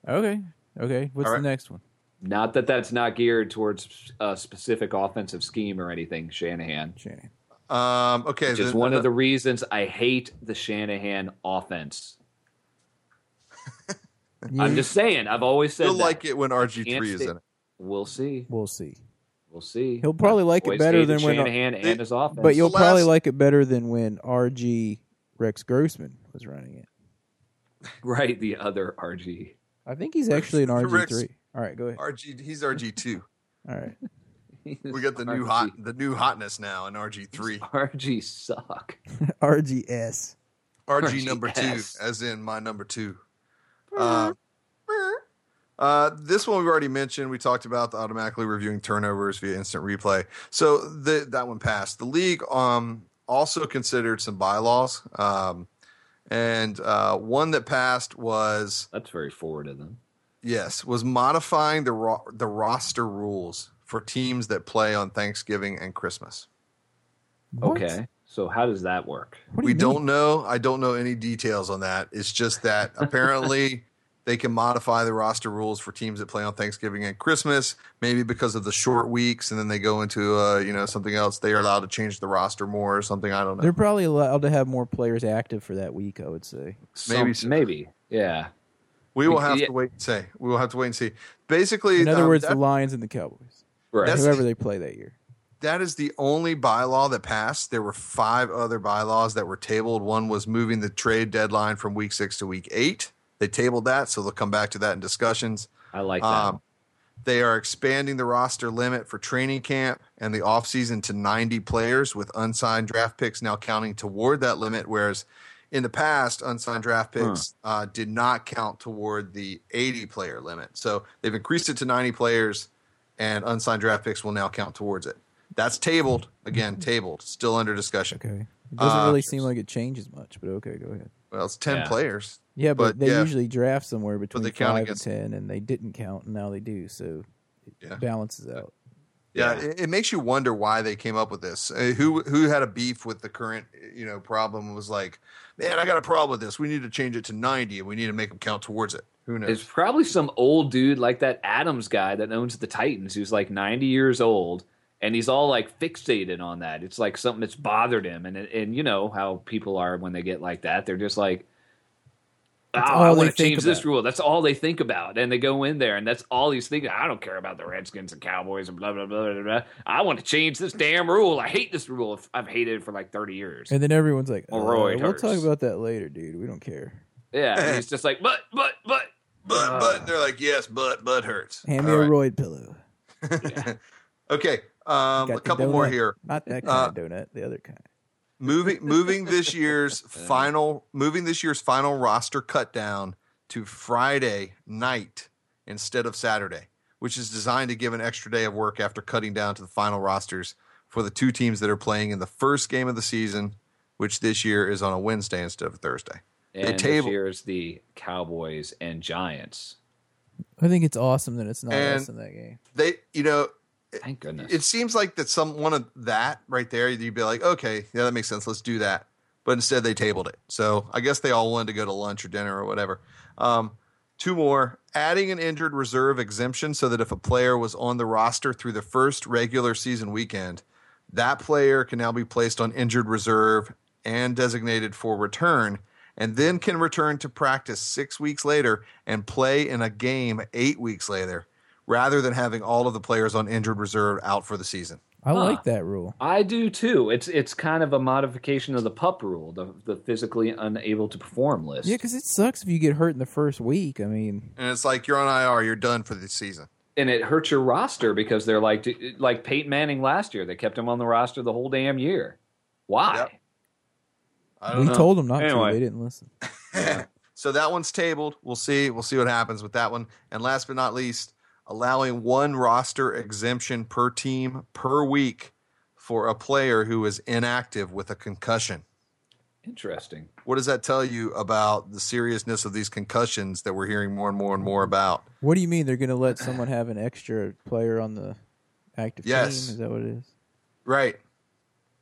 Okay. Okay. What's All the right. next one? Not that that's not geared towards a specific offensive scheme or anything, Shanahan. Shanahan. Um, okay, Which is then- one of the reasons I hate the Shanahan offense. I'm just saying. I've always *laughs* said you'll that. like it when RG Can't three is stay- in it. We'll see. We'll see. We'll see. He'll probably like it Always better hated than when- Shanahan It- and his offense. But you'll last- probably like it better than when RG Rex Grossman was running it. *laughs* right the other RG. I think he's actually an Rex- RG three. All right, go ahead. RG, he's RG *laughs* two. All right. *laughs* We got the new hot, the new hotness now in RG *laughs* three. RG suck. RGS. RG number two, RGS. as in my number two. Uh, uh, this one we've already mentioned. We talked about the automatically reviewing turnovers via instant replay. So the, that one passed. The league um, also considered some bylaws, um, and uh, one that passed was That's very forward of them. Yes, was modifying the ro- the roster rules for teams that play on Thanksgiving and Christmas. What? Okay. So how does that work? What do we you mean? don't know. I don't know any details on that. It's *laughs* just that apparently they can modify the roster rules for teams that play on Thanksgiving and Christmas, maybe because of the short weeks, and then they go into uh, you know something else. They are allowed to change the roster more or something. I don't know. They're probably allowed to have more players active for that week. I would say. Maybe so. Some, maybe. Yeah. we will have yeah. to wait and see. We will have to wait and see. Basically, In other um, words, that- the Lions and the Cowboys, Right. That's- whoever they play that year. that is the only bylaw that passed. There were five other bylaws that were tabled. One was moving the trade deadline from week six to week eight. They tabled that, so they'll come back to that in discussions. I like that. Um, they are expanding the roster limit for training camp and the offseason to 90 players with unsigned draft picks now counting toward that limit, whereas in the past, unsigned draft picks uh, did not count toward the 80 player limit. So they've increased it to 90 players, and unsigned draft picks will now count towards it. That's tabled. Again, tabled. Still under discussion. Okay. It doesn't Uh, really seem like it changes much, but okay, go ahead. Well, it's 10 Yeah. players. Yeah, but, But, they yeah. usually draft somewhere between they count five against- and ten, and they didn't count, and now they do, so it Yeah. balances out. Yeah, Yeah. It, it makes you wonder why they came up with this. Uh, who who had a beef with the current you know problem was like, man, I got a problem with this. We need to change it to ninety, and we need to make them count towards it. Who knows? It's probably some old dude like that Adams guy that owns the Titans who's like 90 years old and he's all like fixated on that. It's like something that's bothered him and and you know how people are when they get like that. They're just like Oh, all I they want to think change this about. rule. That's all they think about. And they go in there and that's all he's thinking. I don't care about the Redskins and Cowboys and blah blah blah blah blah. I want to change this damn rule. I hate this rule. I've hated it for like 30 years. And then everyone's like, Or uh, Roy "We'll talk Hurst. about that later, dude. We don't care." Yeah. *laughs* And he's just like, "But but but but uh, but they're like, yes, but but hurts. Hand me a All right. roid pillow. *laughs* Okay, Got um, a the couple more donut. here. Not that kind Uh, of donut, the other kind. moving moving this year's final moving this year's final roster cut down to Friday night instead of Saturday, which is designed to give an extra day of work after cutting down to the final rosters for the two teams that are playing in the first game of the season, which this year is on a Wednesday instead of a Thursday. They and this table- year's the Cowboys and Giants. I think it's awesome that it's not and- us in that game. They you know, Thank goodness. it seems like that someone of that right there, you'd be like, okay, yeah, that makes sense. Let's do that. But instead, they tabled it. So I guess they all wanted to go to lunch or dinner or whatever. Um, two more adding an injured reserve exemption so that if a player was on the roster through the first regular season weekend, that player can now be placed on injured reserve and designated for return, and then can return to practice six weeks later and play in a game eight weeks later, rather than having all of the players on injured reserve out for the season. I like that rule. I do too. It's it's kind of a modification of the pup rule, the the physically unable to perform list. Yeah, because it sucks if you get hurt in the first week. I mean, And it's like you're on IR, you're done for the season. and it hurts your roster because they're like like Peyton Manning last year. They kept him on the roster the whole damn year. Why? Yep. I don't we know. told them not Anyway. to. They didn't listen. So that one's tabled. We'll see. We'll see what happens with that one. And last but not least, allowing one roster exemption per team per week for a player who is inactive with a concussion. Interesting. What does that tell you about the seriousness of these concussions that we're hearing more and more and more about? What do you mean they're going to let someone have an extra player on the active Yes. team? Is that what it is? Right.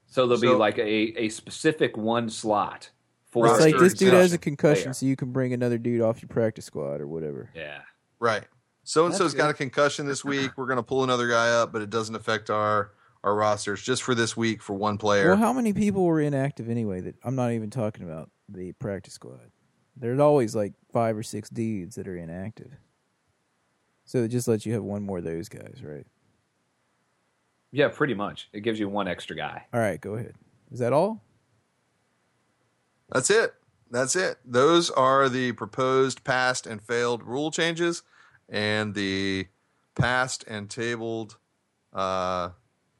So there'll So- be like a a specific one slot for It's Roster like this dude has a exemption concussion, player. so you can bring another dude off your practice squad or whatever. Yeah. Right. So and so's That's got good. a concussion *clears throat* this week. We're going to pull another guy up, but it doesn't affect our our rosters just for this week for one player. Well, how many people were inactive anyway? That I'm not even talking about the practice squad. There's always like five or six dudes that are inactive. So it just lets you have one more of those guys, right? Yeah, pretty much. It gives you one extra guy. All right, go ahead. Is that all? That's it. That's it. Those are the proposed past and failed rule changes and the past and tabled uh,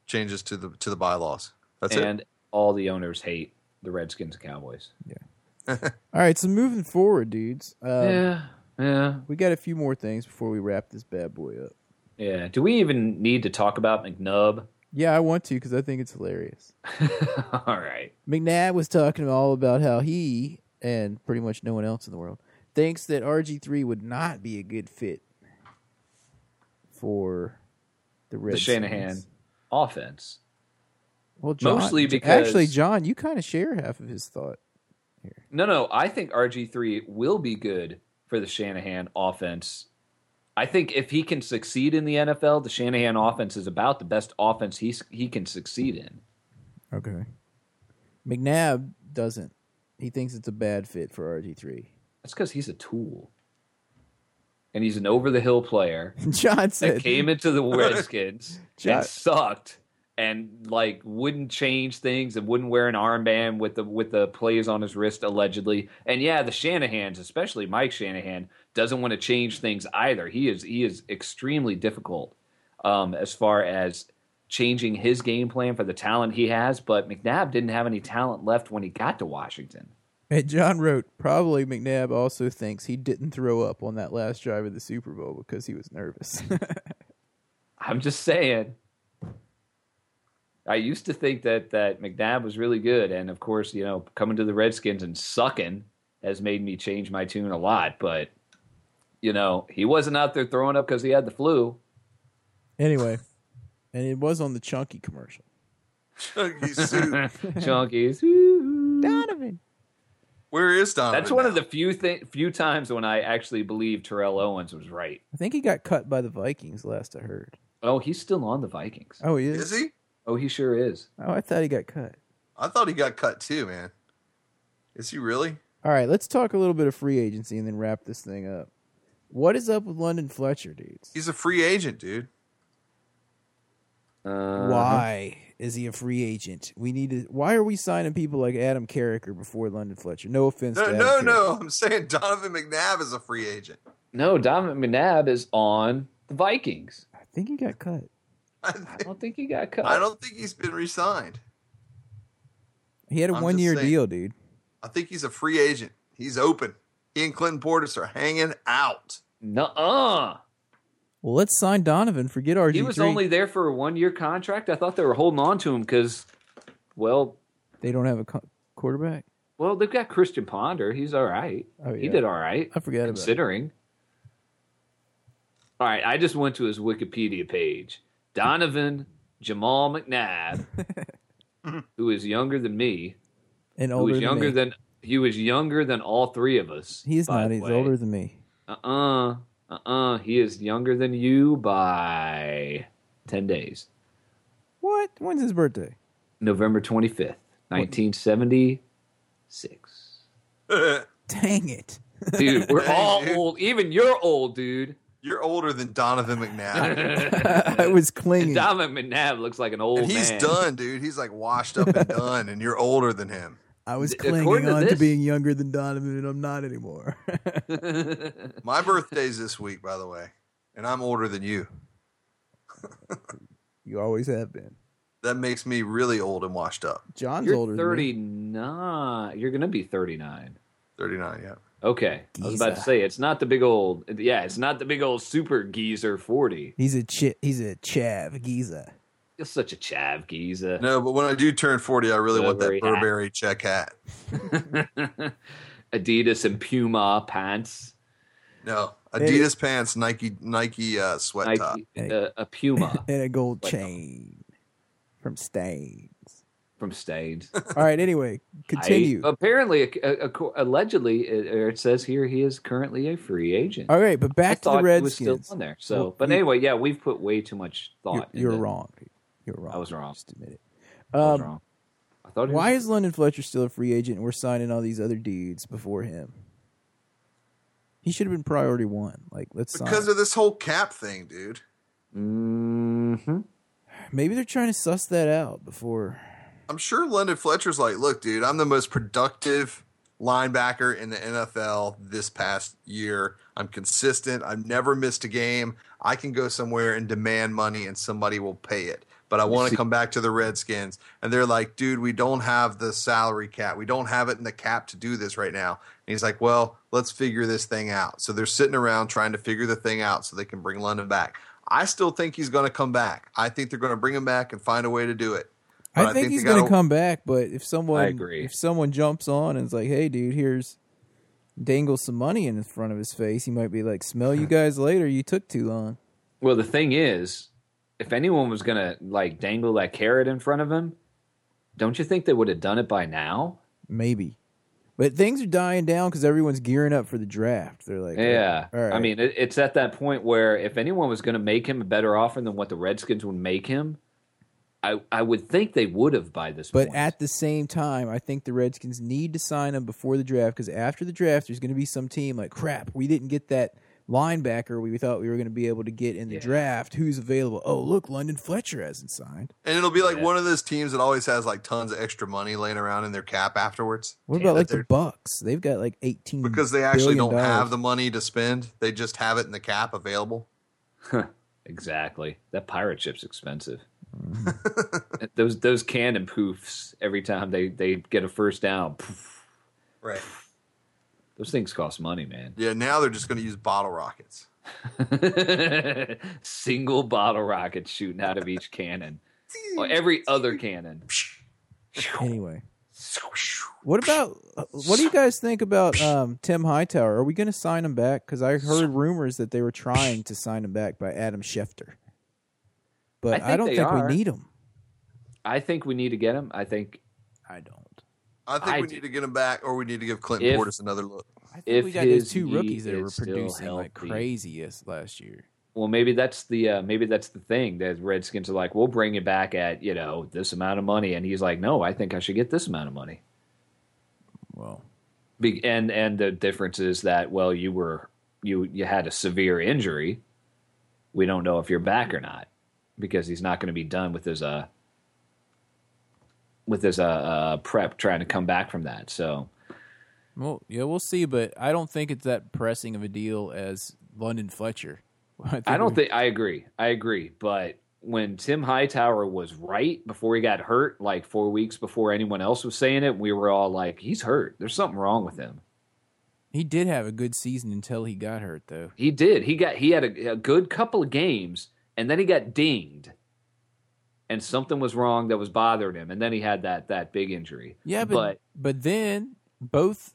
changes to the to the bylaws. That's and all the owners hate the Redskins and Cowboys. All right, so moving forward, dudes. Um, yeah. Yeah. We got a few more things before we wrap this bad boy up. Yeah. Do we even need to talk about McNubb? Yeah, I want to because I think it's hilarious. *laughs* all right. McNabb was talking all about how he and pretty much no one else in the world thinks that RG3 would not be a good fit for the Redskins. Shanahan. offense. Well, John, Mostly actually, because- John, you kind of share half of his thought. No, no, I think RG3 will be good for the Shanahan offense. I think if he can succeed in the NFL, the Shanahan offense is about the best offense he's, he can succeed in. Okay. McNabb doesn't. He thinks it's a bad fit for RG three. *laughs* That's because he's a tool. And he's an over the hill player John that said, came into the Redskins John- and sucked and like wouldn't change things and wouldn't wear an armband with the with the plays on his wrist allegedly. And yeah, the Shanahans, especially Mike Shanahan, doesn't want to change things either. He is he is extremely difficult um, as far as changing his game plan for the talent he has. But McNabb didn't have any talent left when he got to Washington. and John wrote, probably McNabb also thinks he didn't throw up on that last drive of the Super Bowl because he was nervous. *laughs* I'm just saying. I used to think that that McNabb was really good, and of course, you know, coming to the Redskins and sucking has made me change my tune a lot. But you know, he wasn't out there throwing up because he had the flu. anyway, and it was on the Chunky commercial. *laughs* Chunky soup. Chunkies. Donovan. Where is Donovan? That's one of now? the few thi- few times when I actually believed Terrell Owens was right. I think he got cut by the Vikings last I heard. Oh, he's still on the Vikings. Oh, he is. Is he? Oh, he sure is. Oh, I thought he got cut. I thought he got cut too, man. Is he really? All right, let's talk a little bit of free agency and then wrap this thing up. What is up with London Fletcher, dudes? He's a free agent, dude. Uh-huh. Uh, Why is he a free agent? We need to. Why are we signing people like Adam Carricker before London Fletcher? No offense. No, to Adam no, Carricker. no. I'm saying Donovan McNabb is a free agent. No, Donovan McNabb is on the Vikings. I think he got cut. I, I think- don't think he got cut. I don't think he's been re-signed. He had a I'm just one year saying. deal, dude. I think he's a free agent. He's open. He and Clinton Portis are hanging out. *laughs* Nuh-uh. Well, let's sign Donovan. Forget RG3. He was only there for a one-year contract. I thought they were holding on to him because, well, They don't have a co- quarterback. well, they've got Christian Ponder. He's all right. Oh, He yeah. did all right, I forgot about. It. considering. All right, I just went to his Wikipedia page. Donovan Jamal McNabb, who is younger than me, And who older is than younger me. than he was younger than all three of us. he is by not. the He's way. older than me. Uh-uh. Uh-uh. He is younger than you by 10 days. What? When's his *laughs* birthday? November 25th, 1976. Dang it! *laughs* Dude, we're all dude. old. Even you're old, dude. You're older than Donovan McNabb. I was clinging. Donovan McNabb looks like an old and he's man. done, dude. He's like washed up *laughs* and done, and you're older than him. I was Th- clinging according to on to, this- being younger than Donovan, and I'm not anymore. *laughs* My birthday's this week, by the way, and I'm older than you. you always have been. That makes me really old and washed up. John's older. You're than me. 39. You're going to be 39. 39, yeah. Okay. I was about to Geezer. say, it's not the big old, yeah, it's not the big old super geezer 40. He's a ch- he's a chav Giza. You're such a chav geezer. No, but when I do turn 40, I really want that Burberry hat. Burberry check hat. *laughs* Adidas and Puma pants. No, Adidas pants, Nike, Nike uh, sweat top. Nike, uh, a Puma *laughs* and a gold Like- chain from Stains. from Staines. All right. Anyway, continue. I- apparently, ac- ac- allegedly, it, or it says here he is currently a free agent. All right, but I Oh, back to thought the he was still Redskins. on there. So, Well, but you- anyway, yeah, we've put way too much You're, thought. you're into- wrong. dude. You're wrong. I was wrong. Just admit it. I was Um, wrong. I thought. he why was- is London Fletcher still a free agent, and we're signing all these other dudes before him? He should have been priority one. Like, let's sign. Because of this whole cap thing, dude. Mhm. Maybe they're trying to suss that out before. I'm sure London Fletcher's like, look, dude, I'm the most productive linebacker in the NFL this past year. I'm consistent. I've never missed a game. I can go somewhere and demand money and somebody will pay it. But I want to come back to the Redskins. And they're like, dude, we don't have the salary cap. We don't have it in the cap to do this right now. And he's like, well, let's figure this thing out. So they're sitting around trying to figure the thing out so they can bring London back. I still think he's going to come back. I think they're going to bring him back and find a way to do it. But I, think he's they going to gotta- come back, but if someone I agree. if someone jumps on and is like, "Hey, dude, here's *laughs* dangle some money in front of his face," he might be like, "Smell you guys later. You took too long." Well, the thing is, if anyone was gonna like dangle that carrot in front of him, don't you think they would have done it by now? Maybe. But things are dying down because everyone's gearing up for the draft. They're like, Yeah. all right. I mean, it, it's at that point where if anyone was gonna make him a better offer than what the Redskins would make him, I I would think they would have by this But point. at the same time, I think the Redskins need to sign him before the draft because after the draft, there's going to be some team like, crap, we didn't get that linebacker we thought we were going to be able to get in the Yeah. draft. Who's available? Oh, look, London Fletcher hasn't signed. And it'll be like Yeah. one of those teams that always has like tons of extra money laying around in their cap afterwards What Yeah, about like the they're- Bucks? They've got like 18 because they actually billion don't have dollars. the money to spend. They just have it in the cap available. exactly. That pirate ship's expensive. those those cannon poofs every time they they get a first down. poof. Right. Those things cost money, man. *laughs* Yeah. Now they're just going to use bottle rockets. Single bottle rocket shooting out of each cannon. Well, every other cannon. Anyway, what about uh, what do you guys think about um, Tim Hightower? Are we going to sign him back? Because I heard rumors that they were trying to sign him back by Adam Schefter, but I, I think don't they think are. we need him. I think we need to get him. I think I don't. I think I we do- need to get them back, or we need to give Clinton If- Portis another look. I think If we got these his two knee rookies that were is still producing like healthy. craziest last year. well maybe that's the uh, maybe that's the thing that Redskins are like we'll bring you back at you know this amount of money and he's like no I think I should get this amount of money Well, Be- and and the difference is that well you were you you had a severe injury we don't know if you're back or not because he's not going to be done with his uh with his uh, uh prep trying to come back from that so well, yeah, we'll see. But I don't think it's that pressing of a deal as London Fletcher. *laughs* I, think I we- don't think I agree. I agree. But when Tim Hightower was right before he got hurt, like four weeks before anyone else was saying it, we were all like, "He's hurt. There's something wrong with him." he did have a good season until he got hurt, though. He did. He got. He had a, a good couple of games, and then he got dinged, and something was wrong that was bothering him, and then he had that that big injury. Yeah, but but, then both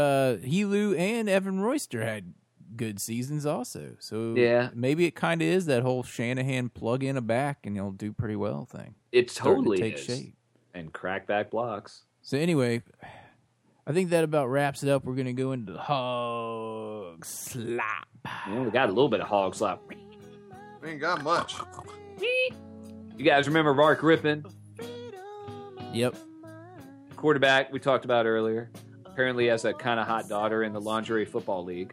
uh Helu and Evan Royster had good seasons also. So Yeah. maybe it kind of is that whole Shanahan plug in a back and he'll do pretty well thing. it Starting totally to take is. shape. and crackback blocks. So anyway, I think that about wraps it up. We're gonna go into the hog slop. We only got a little bit of hog slop. We ain't got much. You guys remember Mark Rippon? Yep. quarterback we talked about earlier apparently has a kind of hot daughter in the lingerie football league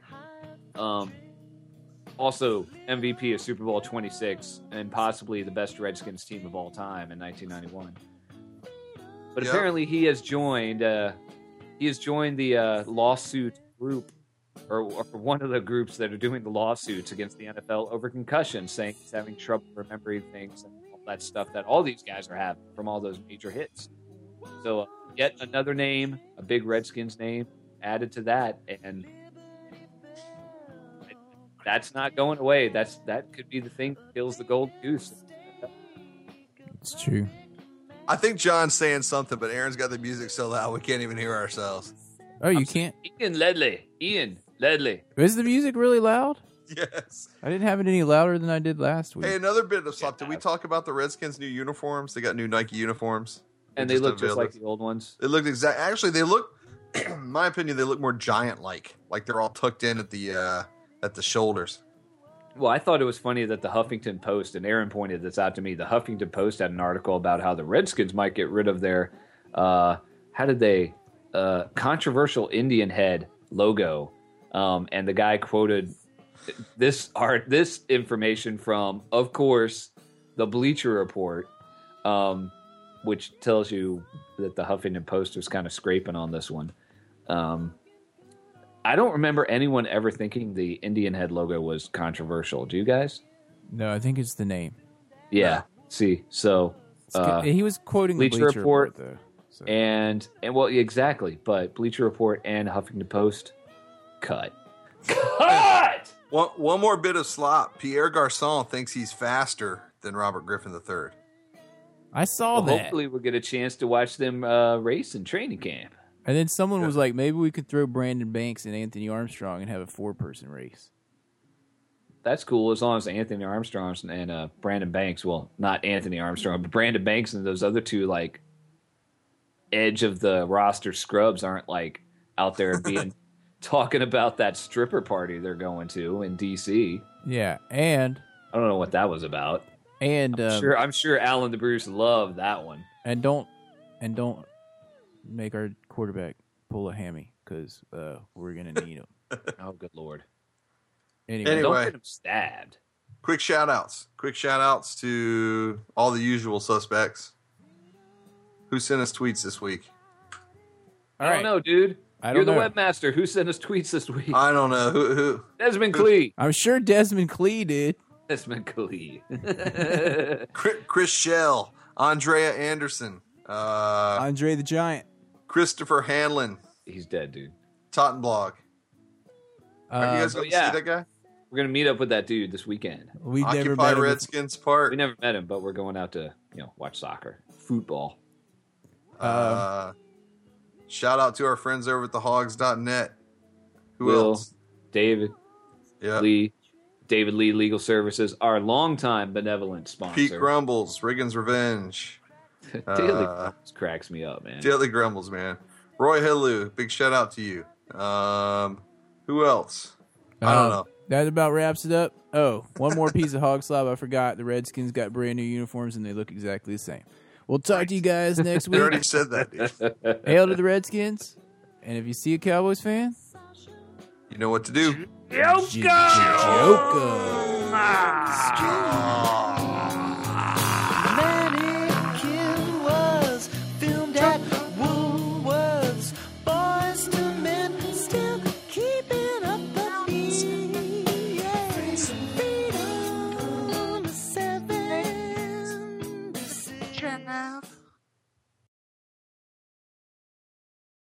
um, also mvp of super bowl 26 and possibly the best redskins team of all time in 1991 but Yeah. apparently he has joined uh, he has joined the uh, lawsuit group or, or one of the groups that are doing the lawsuits against the NFL over concussion, saying he's having trouble remembering things and all that stuff that all these guys are having from all those major hits. So, uh, yet another name, a big Redskins name, added to that, and that's not going away. That's that could be the thing that kills the gold goose. It's true. I think John's saying something, but Aaron's got the music so loud we can't even hear ourselves. *laughs* Oh, you can't Ian Ledley, Ian Ledley. is the music really loud? Yes. I didn't have it any louder than I did last week. Hey, another bit of slop. Did we talk about the Redskins' new uniforms? They got new Nike uniforms. And they just look just unveiled like it. the old ones. It looked exact. Actually, they look. *clears throat* in my opinion, they look more giant-like. Like they're all tucked in at the uh, at the shoulders. Well, I thought it was funny that the Huffington Post, and Aaron pointed this out to me, the Huffington Post had an article about how the Redskins might get rid of their, uh, how did they, uh, controversial Indian head logo. Um, and the guy quoted this art, this information from, of course, the Bleacher Report, um, which tells you that the Huffington Post was kind of scraping on this one. Um, I don't remember anyone ever thinking the Indian head logo was controversial. Do you guys? No, I think it's the name. Yeah. See, so It's uh, good- he was quoting the Bleacher Bleacher Report, Report though. So. and and well, exactly. But Bleacher Report and Huffington Post cut. *laughs* Cut. One, one more bit of slop. Pierre Garcon thinks he's faster than Robert Griffin III. I saw Well, that. hopefully, we'll get a chance to watch them uh, race in training camp. And then someone was like, maybe we could throw Brandon Banks and Anthony Armstrong and have a four person race. that's cool as long as Anthony Armstrong and uh, Brandon Banks, well, not Anthony Armstrong, but Brandon Banks and those other two like edge of the roster scrubs aren't like *laughs* out there being talking about that stripper party they're going to in DC. Yeah, and I don't know what that was about. and um, sure, I'm sure Alan the Bruce loved that one. *laughs* and don't and don't make our quarterback pull a hammy because uh, we're gonna need *laughs* him Oh, good lord! anyway. Don't Anyway. get him stabbed. Quick shout outs. Quick shout outs to all the usual suspects who sent us tweets this week. All I right, don't know, dude. I You're don't the know. webmaster. Who sent us tweets this week? I don't know who who Desmond Clee. I'm sure Desmond Clee did. Desmond Clee. *laughs* Chri- Chris Shell, Andrea Anderson, uh, Andre the Giant. Christopher Hanlon, He's dead, dude. Tottenblog. Are you Uh, guys going to yeah. see that guy? We're gonna meet up with that dude this weekend. we've never Occupy met him Redskins Park. We never met him, but we're going out to you know watch soccer, football. Uh, shout out to our friends over at thehogs.net. Who Will. else? David Yeah. Lee, David Lee Legal Services, our longtime benevolent sponsor. Pete Grumbles, Riggins Revenge, *laughs* Daily uh, Grumps cracks me up, man. Daily Grumbles, man. Roy Hellu, big shout out to you. Um, who else? I Uh, don't know. That about wraps it up. Oh, one more piece of hog slob I forgot. The Redskins got brand new uniforms and they look exactly the same. We'll talk to you guys *laughs* next We already week. said that, dude. Hail to the Redskins. And if you see a Cowboys fan, You know what to do. Joker.